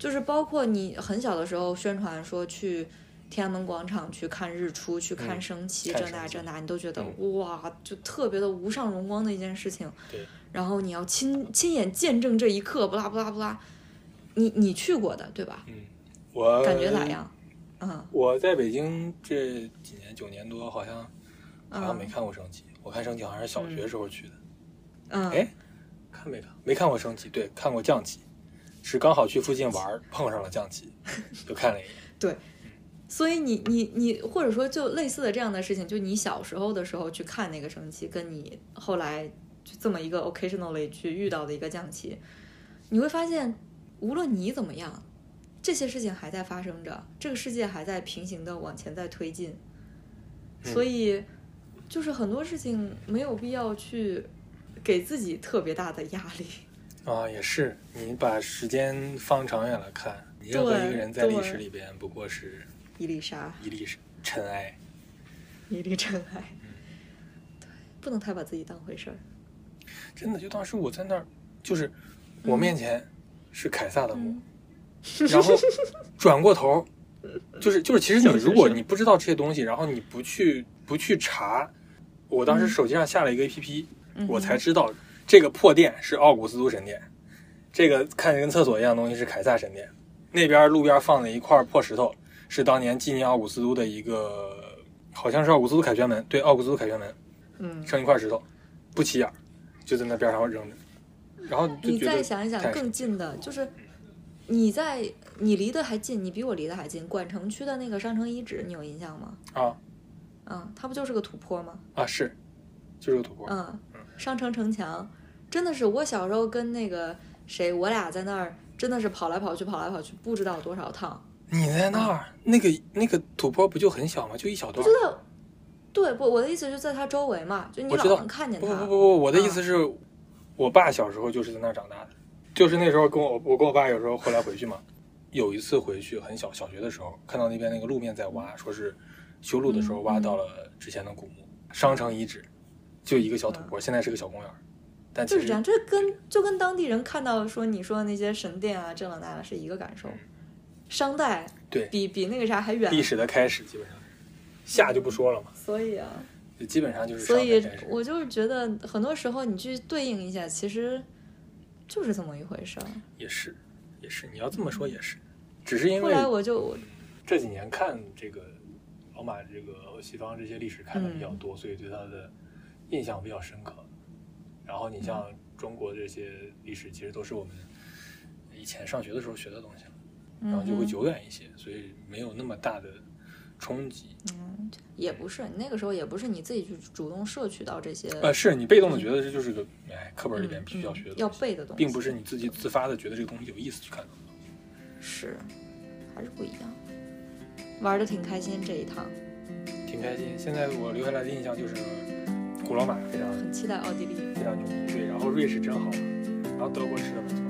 Speaker 2: 就是包括你很小的时候宣传说去天安门广场去看日出、去看
Speaker 1: 嗯
Speaker 2: 升旗，
Speaker 1: 看
Speaker 2: 这
Speaker 1: 升
Speaker 2: 那这
Speaker 1: 旗嗯
Speaker 2: 那，你都觉得、哇，就特别的无上荣光的一件事情。
Speaker 1: 对，
Speaker 2: 然后你要亲亲眼见证这一刻，不啦不啦不啦，你你去过的对吧？
Speaker 1: 嗯，我
Speaker 2: 感觉咋？样？嗯
Speaker 1: 我在北京这几年九年多，好像好像没
Speaker 2: 嗯
Speaker 1: 看过升旗。我看升旗好像是小学时候去的，
Speaker 2: 嗯
Speaker 1: 哎，看没看？没看过升旗，对，看过降旗，是刚好去附近玩儿碰上了降旗，就看了一眼。
Speaker 2: 所以你你你或者说就类似的这样的事情，就你小时候的时候去看那个升旗，跟你后来就这么一个 occasionally 去遇到的一个降旗，你会发现，无论你怎么样，这些事情还在发生着，这个世界还在平行的往前在推进，
Speaker 1: 嗯
Speaker 2: 所以就是很多事情没有必要去给自己特别大的压力。
Speaker 1: 啊，也是，你把时间放长远了看，你任何
Speaker 2: 对
Speaker 1: 一个人在历
Speaker 2: 对
Speaker 1: 史里边不过是
Speaker 2: 一粒沙，
Speaker 1: 一粒尘埃。
Speaker 2: 一粒尘埃，对，
Speaker 1: 嗯
Speaker 2: 不能太把自己当回事儿。
Speaker 1: 真的，就当时我在那儿，就是我面前是凯撒的墓，
Speaker 2: 嗯 *laughs*
Speaker 1: 然后转过头，就是就是，其实
Speaker 2: 是
Speaker 1: 你
Speaker 2: 是
Speaker 1: 如果
Speaker 2: 是
Speaker 1: 你不知道这些东西，然后你不去不去查，我当时手机上下了一个 APP，、
Speaker 2: 嗯
Speaker 1: 我才知道这个破殿是奥古斯都神殿，这个看着跟厕所一样的东西是凯撒神殿，那边路边放了一块破石头，是当年纪念奥古斯都的一个，好像是奥古斯都凯旋门，对，奥古斯都凯旋门。
Speaker 2: 嗯，
Speaker 1: 剩一块石头，不起眼儿，就在那边上扔着，然后就
Speaker 2: 你
Speaker 1: 觉
Speaker 2: 再
Speaker 1: 得
Speaker 2: 想一想
Speaker 1: 太
Speaker 2: 更近的，就是你在你离得还近，你比我离得还近。管城区的那个商城遗址，你有印象吗？
Speaker 1: 啊
Speaker 2: 嗯，它不就是个土坡吗？
Speaker 1: 啊是，就是个土坡。
Speaker 2: 嗯，商城城墙，真的是我小时候跟那个谁，我俩在那儿真的是跑来跑去，跑来跑去，不知道多少趟。
Speaker 1: 你在那儿，那个那个土坡不就很小吗？就一小段
Speaker 2: 不。知道，对不？我的意思就在它周围嘛，就你
Speaker 1: 我
Speaker 2: 老
Speaker 1: 知道
Speaker 2: 能看见
Speaker 1: 不
Speaker 2: 它。
Speaker 1: 不不不，我的意思是，我爸小时候就是在那儿长大的，就是那时候跟我我跟我爸有时候后来回去嘛，有一次回去很小小学的时候，看到那边那个路面在挖，说是修路的时候挖到了之前的古墓、商城遗址，就一个小土坡，现在是个小公园儿，但其
Speaker 2: 嗯就
Speaker 1: 实
Speaker 2: 是这样，这跟就跟当地人看到说你说的那些神殿啊、这了那了是一个感受。商代
Speaker 1: 嗯对
Speaker 2: 比比那个啥还远，
Speaker 1: 历史的开始基本上是，下就不说了嘛，
Speaker 2: 所以啊，
Speaker 1: 就基本上就是
Speaker 2: 所以
Speaker 1: 商代开始
Speaker 2: 我就是觉得很多时候你去对应一下，其实就是这么一回事儿。
Speaker 1: 也是也是，你要这么说也是，只是因
Speaker 2: 后
Speaker 1: 为
Speaker 2: 来我就
Speaker 1: 这几年看这个老马这个西方这些历史看的比
Speaker 2: 嗯
Speaker 1: 较多，所以对他的印象比较深刻。然后
Speaker 2: 嗯
Speaker 1: 你像中国这些历史，其实都是我们以前上学的时候学的东西了，然后就会
Speaker 2: 嗯
Speaker 1: 久远一些，所以没有那么大的冲击。
Speaker 2: 嗯也不是那个时候也不是你自己去主动摄取到这些
Speaker 1: 呃，是你被动的觉得这就是个哎课本里边必须要学的
Speaker 2: 嗯要
Speaker 1: 东西，
Speaker 2: 背的东西，
Speaker 1: 并不是你自己自发的觉得这个东西有意思去看的。
Speaker 2: 是还是不一样。玩的挺开心这一趟，
Speaker 1: 挺开心。现在我留下来的印象就是古罗马非常
Speaker 2: 很期待奥地利。
Speaker 1: 非常牛逼，对，然后瑞士真好玩，然后德国吃的没错。